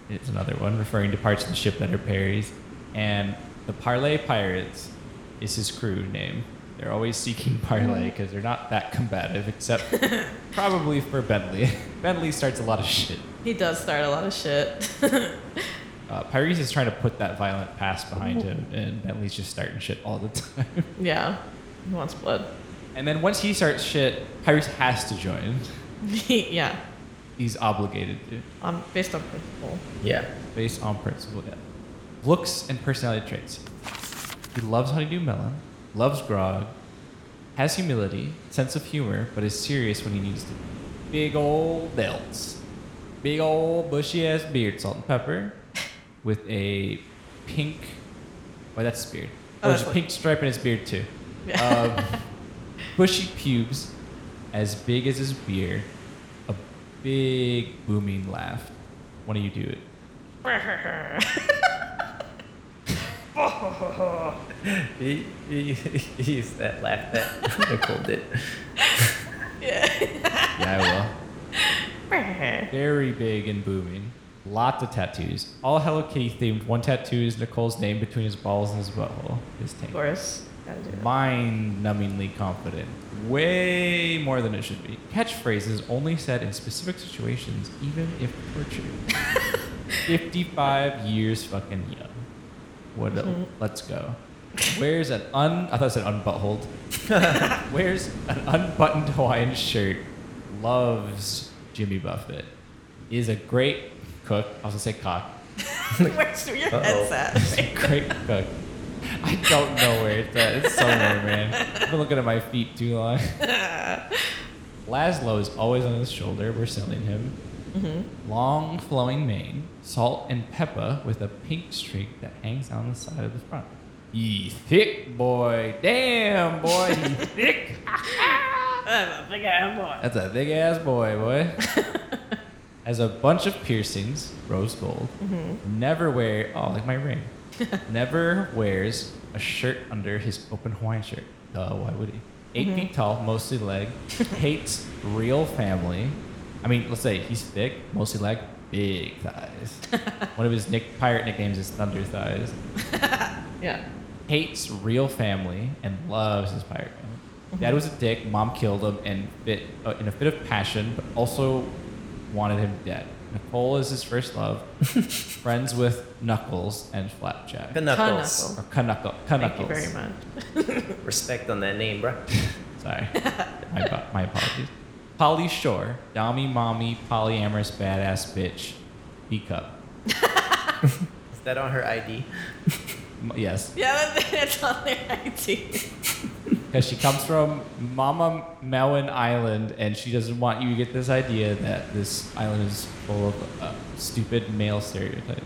A: is another one, referring to parts of the ship that are Perry's. And the Parlay Pirates is his crew name. They're always seeking parlay because they're not that combative, except probably for Bentley. (laughs) Bentley starts a lot of shit.
C: He does start a lot of shit. (laughs)
A: Uh, Pyrese is trying to put that violent past behind him, and Bentley's just starting shit all the (laughs) time.
C: yeah. He wants blood. (laughs)
A: And then once he starts shit, Pyrese has to join.
C: yeah.
A: He's obligated to,
C: On, based on principle. (laughs)
B: Yeah.
A: based on principle. Yeah. Looks and personality traits. He loves honeydew melon, loves grog, has humility, sense of humor, but is serious when he needs to. be. Big old delts. Big old bushy ass beard, salt and pepper, with a pink. Why that's his beard.
C: Oh,
A: Oh, there's
C: that's
A: a
C: what-
A: pink stripe in his beard too.
C: Yeah.
A: Um,
C: (laughs)
A: bushy pubes, as big as his beard, a big booming laugh. Why don't you do it?
B: He, he, (laughs) he used that laugh (laughs) that Nicole did.
A: Yeah, I will. Very big and booming. Lots of tattoos. All Hello Kitty themed. One tattoo is Nicole's name between his balls and his butthole. His
C: Of
A: tank.
C: course. Gotta do that.
A: Mind numbingly confident. Way more than it should be. Catchphrases only said in specific situations, even if tortured. 55 years fucking young. What a- Let's go. Wears an un. I thought I said unbuttholed. Wears an unbuttoned Hawaiian shirt. Loves Jimmy Buffett. Is a great cook. I was gonna say cock.
C: Where's your
B: Uh-oh.
A: (laughs)
C: headset? (laughs)
A: Great cook. I don't know where it's at. It's somewhere, man. I've been looking at my feet too long. Laszlo is always on his shoulder. We're selling him. Long flowing mane, salt and pepper with a pink streak that hangs down the side of the front. He thick boy. Damn boy, he thick.
C: I'm a big ass boy.
A: That's a big ass boy, boy. Has a bunch of piercings, rose gold. Never wear oh like my ring. Never wears a shirt under his open Hawaiian shirt. Duh, why would he? 8 feet tall, mostly leg. Hates real family. I mean, let's say he's thick, mostly leg, big thighs. One of his nick pirate nicknames is Thunder Thighs.
C: Yeah.
A: Hates real family and loves his pirate family. Dad was a dick. Mom killed him and fit, uh, in a fit of passion, but also wanted him dead. Nicole is his first
C: (laughs)
A: love. friends with Knuckles and Flapjack.
B: Knuckles.
C: Knuckle.
A: or Knuckle.
C: Thank you
A: Knuckles.
C: very much.
B: Respect on that name, bro.
C: (laughs)
A: Sorry. my, ap- my apologies. Polly Shore. Dommy mommy, polyamorous, badass bitch. B cup.
B: Is that on her ID?
A: M- yes.
C: Yeah, (laughs) that, that's on their IT.
A: Because she comes from Mama Melon Island, and she doesn't want you to get this idea that this island is full of uh, stupid male stereotypes.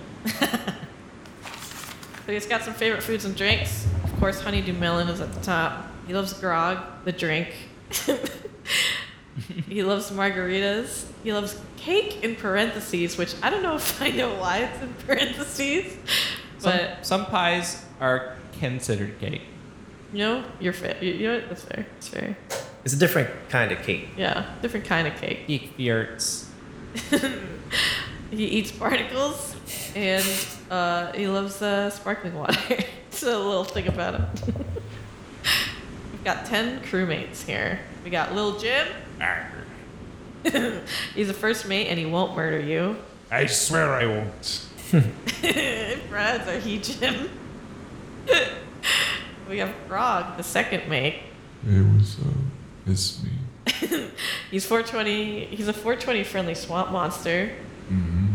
C: But he's got some favorite foods and drinks. Of course, honeydew melon is at the top. He loves grog, the drink. he loves margaritas. He loves cake in parentheses, which I don't know if I know why it's in parentheses,
A: Some,
C: but
A: some pies are considered cake.
C: you know, you're fair. You, you know, what? that's fair. It's fair.
B: It's a different kind of cake.
C: Yeah, different kind of cake.
A: Geek the arts.
C: He eats particles, and uh, he loves uh, sparkling water. (laughs) it's a little thing about him. We've got ten crewmates here. We got Lil Jim. He's a first mate, and he won't murder you.
D: I swear I won't.
C: (laughs) Brad's a he Jim. (laughs) we have Grog, the second mate.
E: Hey, what's up? It's me.
C: He's 420. He's a 420 friendly swamp monster.
E: Mm-hmm.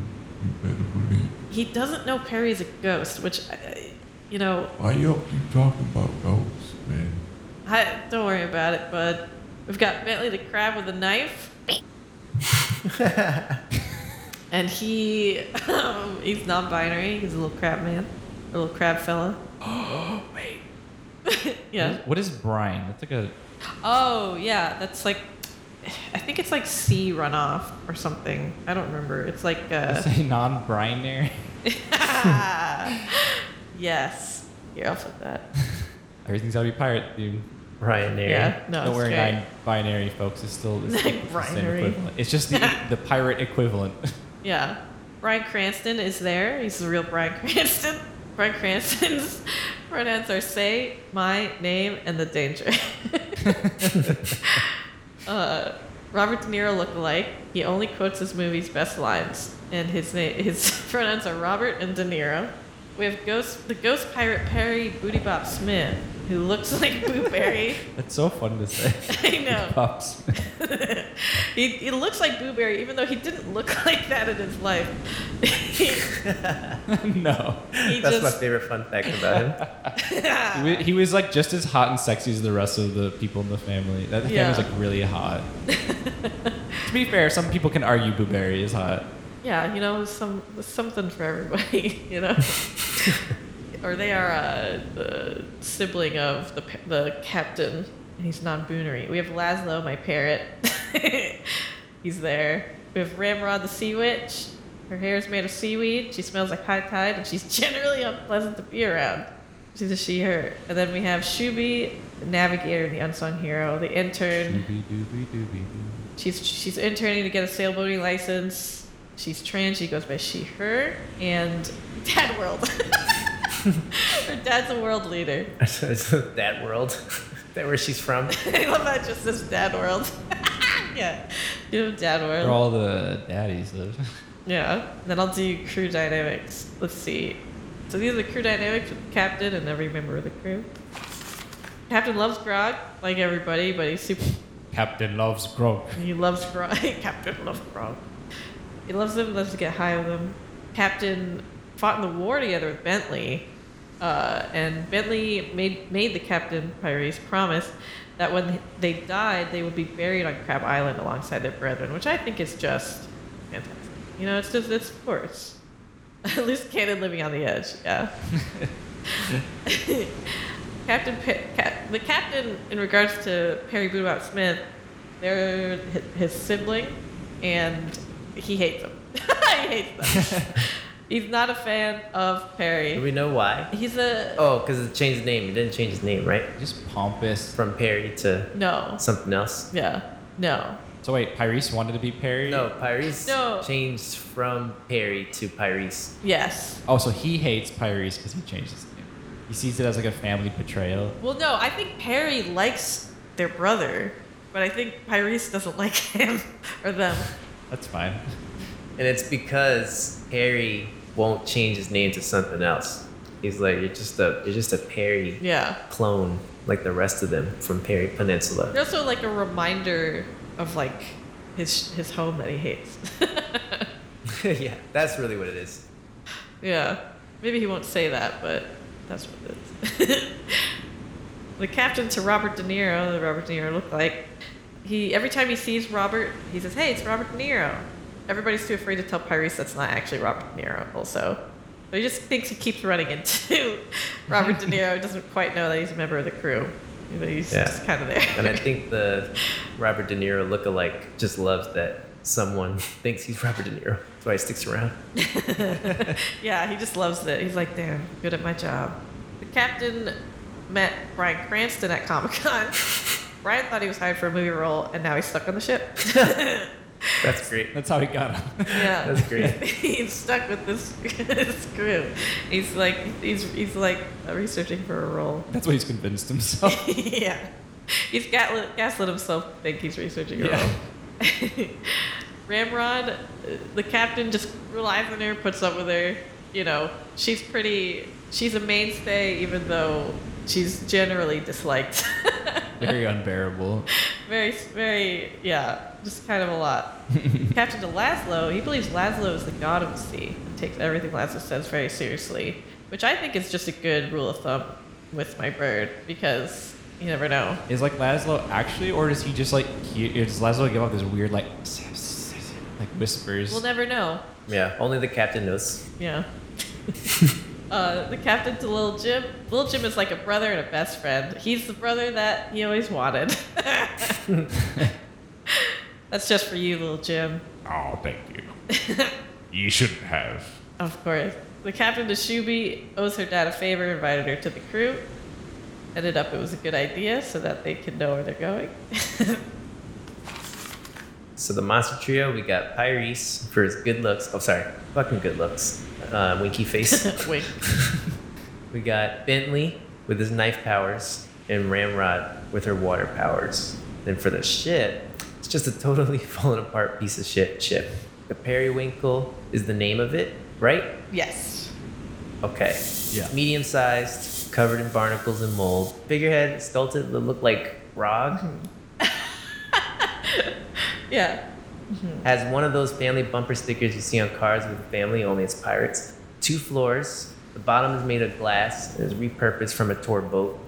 E: You better believe.
C: He doesn't know Perry's a ghost, which, I- you know,
E: Why y'all keep talking about ghosts, man?
C: I, don't worry about it, bud. We've got Bentley the crab with a knife. and he, um, he's non-binary. He's a little crab man, a little crab fella. Oh wait. (laughs) yeah. Uh.
A: What is brine? That's like a.
C: Oh yeah, that's like, (sighs) I think it's like sea runoff or something. I don't remember. It's like. Uh,
A: Is it non-binary?
C: (laughs) yes. You're off with that.
A: Everything's gotta be pirate themed.
B: Ryan there.
C: Yeah. No,
A: Don't
C: it's
A: worry,
C: great.
A: non-binary folks is still it's
C: (laughs)
A: still the same
C: Binary.
A: equivalent. It's just the the pirate equivalent. (laughs)
C: Yeah. Brian Cranston is there. He's the real Brian Cranston. (laughs) Brian Cranston's (laughs) pronouns are say, my name, and
B: (laughs)
C: the danger. (laughs) uh, Robert De Niro look-alike. He only quotes his movie's best lines, and his name, his (laughs) pronouns are Robert and De Niro. We have ghost, the ghost pirate Perry Booty Bob Smith, who looks (laughs) like Boo
B: (laughs)
C: Berry.
A: That's so fun to
C: (laughs)
A: say.
C: I know.
A: Pops.
C: he, he looks like Boo Berry, even though he didn't look (laughs) like that in his life. (laughs) he
A: (laughs) no.
C: he
B: That's my
C: just
B: favorite fun fact about (laughs) him.
A: He wa- He was like just as hot and sexy as the rest of the people in the family. That
C: Yeah.
A: family's like really hot. to be fair, some people can argue Boo Berry is hot.
C: yeah, you know, some something for everybody, (laughs) you know. or they are uh, the sibling of the pa- the captain. and He's non-boonery. We have Laszlo, my parrot. (laughs) He's there. We have Ramrod, the sea witch. Her hair is made of seaweed. She smells like high tide, and she's (laughs) generally unpleasant to be around. She's a she/her. And then we have Shubi, the navigator, the unsung hero, the intern. She's she's interning to get a sailboating license. She's trans. She goes by she, her, and Dad World. her dad's a world leader. (laughs)
B: that world. (laughs) that where she's from.
C: I love that. Just this Dad World. (laughs) yeah, you know Dad World.
A: They're all the daddies (laughs) of.
C: Yeah. Then I'll do crew dynamics. Let's see. So these are the crew dynamics with the captain and every member of the crew. Captain loves grog, like everybody, but he's super
A: Captain loves grog.
C: He loves grog. (laughs) Captain loves grog. He loves them, loves to get high with them. Captain fought in the war together with Bentley. Uh, and Bentley made, made the Captain Pyrese promise that when they died, they would be buried on Crab Island alongside their brethren, which I think is just fantastic. You know, it's just, it's of course. (laughs) At least Cannon living on the edge,
B: (laughs)
C: yeah. Captain, Pe- Cap- the captain, in regards to Perry Boobop Smith, they're hi- his sibling, and he hates them. (laughs) he
B: (laughs)
C: hates them. He's not a fan of
B: Do
C: Perry.
B: we know why?
C: He's a
B: Oh, because it changed the name. It didn't change his name, right?
A: Just pompous.
B: From Perry to
C: no.
B: something else.
C: Yeah, no.
A: So wait, Pyrese wanted to be Perry.
B: No, Pyrese
C: No.
B: changed from Perry to Pyrese.
C: Yes.
A: Oh, so he hates Pyrese because he changed his name. He sees it as like a family betrayal.
C: Well, no. I think Perry likes their brother, but I think Pyrese doesn't like (laughs) him or them.
A: That's fine. (laughs)
B: And it's because Perry won't change his name to something else. He's like, you're just a you're just a Perry
C: Yeah.
B: clone, like the rest of them from Perry Peninsula. (laughs)
C: (laughs) They're also like a reminder of like his his home that he hates. (laughs)
B: yeah, that's really what it is.
C: Yeah. Maybe he won't say that, but that's what it is. (laughs) the captain to Robert De Niro, the Robert De Niro looked like, he every time he sees Robert, he says, Hey, it's Robert De Niro. Everybody's too afraid to tell Pyrese that's not actually Robert De Niro also. But he just thinks he keeps running into (laughs) Robert De Niro, doesn't quite know that he's a member of the crew. But he's
B: Yeah.
C: just kind of there.
B: And I think the Robert De Niro lookalike just loves that someone (laughs) thinks he's Robert De Niro. That's why he sticks around.
C: Yeah, he just loves it. He's like, damn, good at my job. The captain met Brian Cranston at Comic Con. Brian thought he was hired for a movie role, and now he's stuck on the ship.
B: That's great.
A: That's how he got him.
C: Yeah.
B: That's great.
C: (laughs) he's stuck with this, (laughs) this crew. He's like he's he's like researching for a role.
A: (laughs) That's what he's convinced himself. (laughs)
C: (laughs) yeah. He's gaslit, gaslit himself to think he's researching a
A: Yeah.
C: role. (laughs) Ramrod, uh, the captain just relies on her, puts up with her. You know, she's pretty. She's a mainstay, even though she's generally disliked. (laughs)
A: Very unbearable.
C: very, very, yeah, just kind of a lot. Captain to Laszlo, he believes Laszlo is the god of the sea and takes everything Laszlo says very seriously, which I think is just a good rule of thumb with my bird because you never know.
A: Is like Laszlo actually, or does he just like? He, or does Laszlo give off this weird like, like whispers?
C: We'll never know.
B: Yeah, only the captain knows.
C: (laughs) Yeah. uh, the captain to Lil Jim. Lil Jim is like a brother and a best friend. He's the brother that he always wanted. (laughs) That's just for you, Lil Jim.
D: Oh, thank you. (laughs) you shouldn't have.
C: Of course. The captain to Shubi owes her dad a favor, invited her to the crew. Ended up it was a good idea so that they could know where they're going. (laughs)
B: So the monster trio, we got Pyres for his good looks. Oh, sorry, fucking good looks. Uh, winky face.
C: Wink.
B: we got Bentley with his knife powers and Ramrod with her water powers. Then for the ship, it's just a totally (laughs) fallen apart piece of shit ship. The periwinkle is the name of it, right?
C: Yes.
B: Okay.
A: Yeah.
B: Medium sized, covered in barnacles and mold. Figurehead sculpted to look like Grog.
C: Yeah.
B: Has one of those family bumper stickers you see on cars with family, only it's pirates. Two floors. The bottom is made of glass and is repurposed from a tour boat.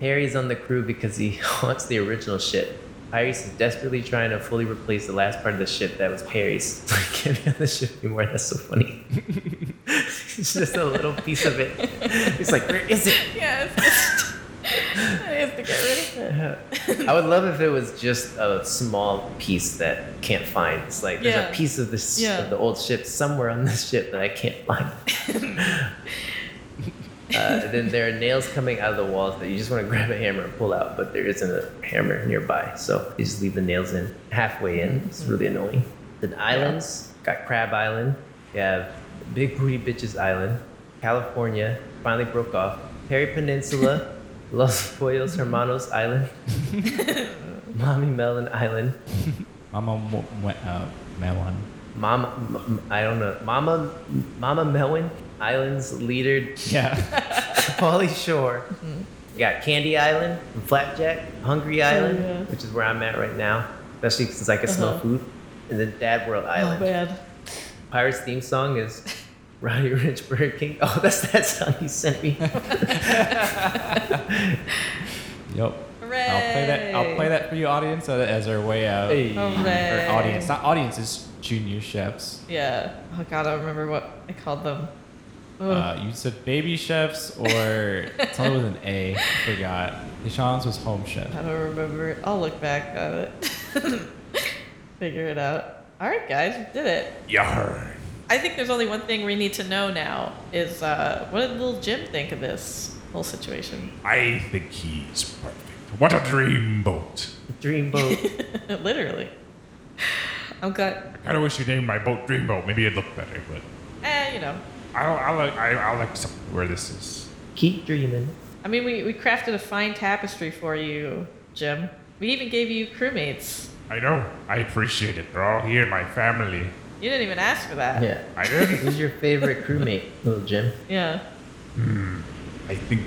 B: Harry's on the crew because he (laughs) wants the original ship. Pirates is desperately trying to fully replace the last part of the ship that was Perry's. (laughs) I can't be on the ship anymore. That's so funny. (laughs) it's just a little piece of it. He's like, where is it? (laughs)
C: Yeah. it's just- (laughs) I have to get rid of it.
B: I would love if it was just a small piece that can't find. It's like there's
C: Yeah.
B: a piece of this
C: Yeah.
B: of the old ship somewhere on this ship that I can't find. uh, then there are nails coming out of the walls that you just want to grab a hammer and pull out, but there isn't a hammer nearby, so you just leave the nails in halfway in. It's really annoying. Then islands got Crab Island. You have Big Booty Bitches Island, California finally broke off. Perry Peninsula, Los Pollos Hermanos Island. Mommy Melon Island.
A: Mama mo- went uh, Melon.
B: Mama, m- m- I don't know. Mama, Mama Melon Island's leader,
A: Yeah. (laughs)
B: Polly Shore.
C: Mm-hmm.
B: You got Candy Island, Flapjack, Hungry Island,
C: yeah.
B: which is where I'm at right now, especially since I can smell
C: Uh-huh.
B: food. And then Dad World
C: Oh,
B: Island.
C: man.
B: Pirates theme song is Roddy Rich Burger King. Oh, that's that song you sent
C: (laughs)
B: me.
A: yep.
C: Hooray.
A: I'll play that. I'll play that for you, audience, uh, as our way out.
C: Hooray.
A: Or audience, not audiences, junior chefs.
C: Yeah. Oh, God, I don't remember what I called them. Oh, Ugh.
A: Uh, you said baby chefs or something with an A. I forgot. Deshawn's was home chef.
C: I don't remember. it. I'll look back at it. (laughs) Figure it out. All right, guys, we did it.
D: Yar.
C: I think there's only one thing we need to know now is uh, what did little Jim think of this whole situation? (laughs)
D: I think he's perfect. What a dream boat.
B: Dreamboat.
C: Literally. I'm glad.
D: Kind of wish you named my boat Dreamboat. Maybe it'd look better, but
C: Eh, you know.
D: I'll, I'll, I'll, I'll accept where this is.
B: Keep dreaming.
C: I mean, we, we crafted a fine tapestry for you, Jim. We even gave you crewmates.
D: I know. I appreciate it. They're all here, my family.
C: You didn't even ask for that.
B: Yeah.
D: I
B: (laughs)
D: did.
B: Who's your favorite crewmate, little Jim?
C: Yeah.
D: I think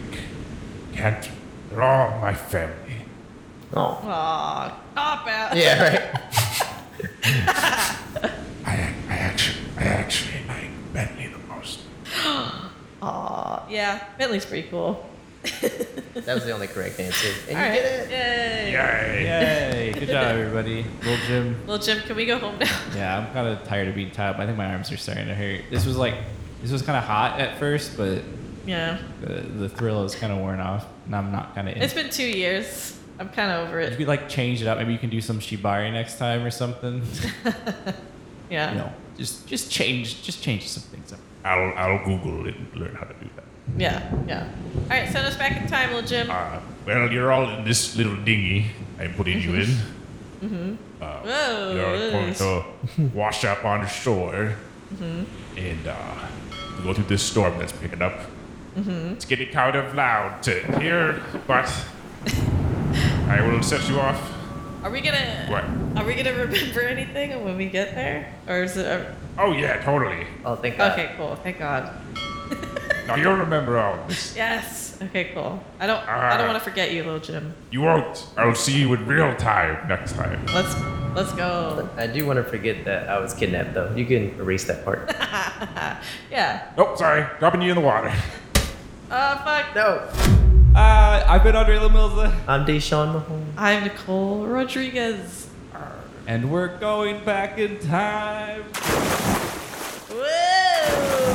D: can't. They're all my family.
B: Oh.
C: Aw, cop out.
B: Yeah, right.
C: (laughs)
D: I, I actually, I actually like Bentley the most.
C: Aw, yeah. Bentley's pretty cool.
B: That was the only correct answer. And
C: All
B: you
C: right.
B: did it.
C: Yay.
D: Yay.
A: Yay! Good job, everybody. Little Jim.
C: Little Jim, can we go home now?
A: Yeah, I'm kind of tired of being tied up. I think my arms are starting to hurt. This was like, this was kind of hot at first, but
C: yeah.
A: the, the thrill is kind of worn off, and I'm not kind of.
C: It's been two years. I'm kind of over
A: You
C: it.
A: could like change it up. Maybe you can do some shibari next time or (laughs) something.
C: Yeah.
A: you know, just just change, just change some things up.
D: I'll, I'll Google it and learn how to do that.
C: Yeah. Yeah. All right,
D: Ah,
C: send us back in time, little Jim.
D: Uh, well, you're all in this little dinghy. I'm putting you in.
C: Whoa.
D: You're going to wash up on shore and uh, we go through this storm that's picking up. It's getting kind of loud to hear, but I will set you off.
C: Are we gonna?
D: What?
C: Are we gonna remember anything when we get there, or is it? Are,
D: Oh, yeah, totally.
B: Oh, thank God.
C: okay, cool. Thank God.
D: Now you'll remember all this.
C: Yes. Okay, cool. I don't. I don't
D: Ah.
C: want to forget you, little Jim.
D: You won't. I'll see you in real time next time.
C: Let's let's go. (laughs)
B: I do want to forget that I was kidnapped, though. You can erase that part.
C: Yeah.
D: Nope, sorry. Dropping you in the water. (laughs)
C: Oh fuck.
B: no,
A: Uh, I've been Andre Lamilza.
B: I'm Deshaun Mahomes.
C: I'm Nicole Rodriguez.
A: And we're going back in time.
C: Whoa.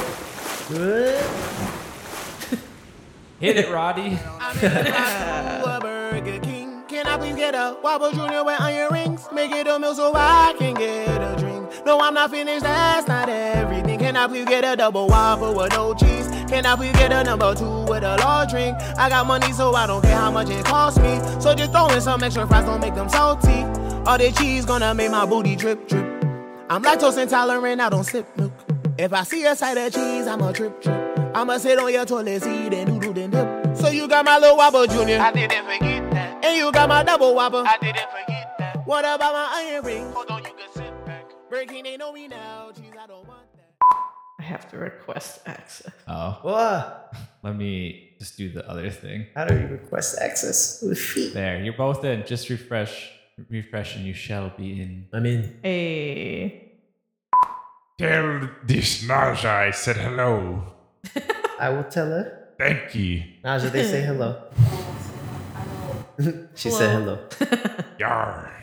A: Hit it, Roddy.
G: a Burger King. Can I please get a Whopper Junior with onion rings? Make it a meal so I can get a drink. No, I'm not finished. That's not everything. Can I please get a double Whopper with no cheese? Can I please get a number two with a large drink? I got money, so I don't care how much it costs me. So just throw in some extra fries, don't make them salty. All the cheese gonna make my booty drip drip. I'm lactose intolerant, I don't sip milk. If I see a side of cheese, I'ma trip trip. I'ma sit on your toilet seat and doodle then dip. So you got my little whopper, Junior. I didn't forget that. And you got my double whopper. I didn't forget that. What about my iron ring? Hold on, you can sit back. Breaking, they know me now. Jeez, I don't want that.
C: I have to request access.
A: (laughs) Oh,
B: Whoa,
A: let me just do the other thing.
B: how do you request access? With feet.
A: There, you're both in. Just refresh, refresh, and you shall be in.
B: I mean,
C: Hey.
D: Tell this Naja I said hello.
B: I will tell her.
D: Thank you.
B: (laughs) Naja, they say hello. she said hello.
D: Yar.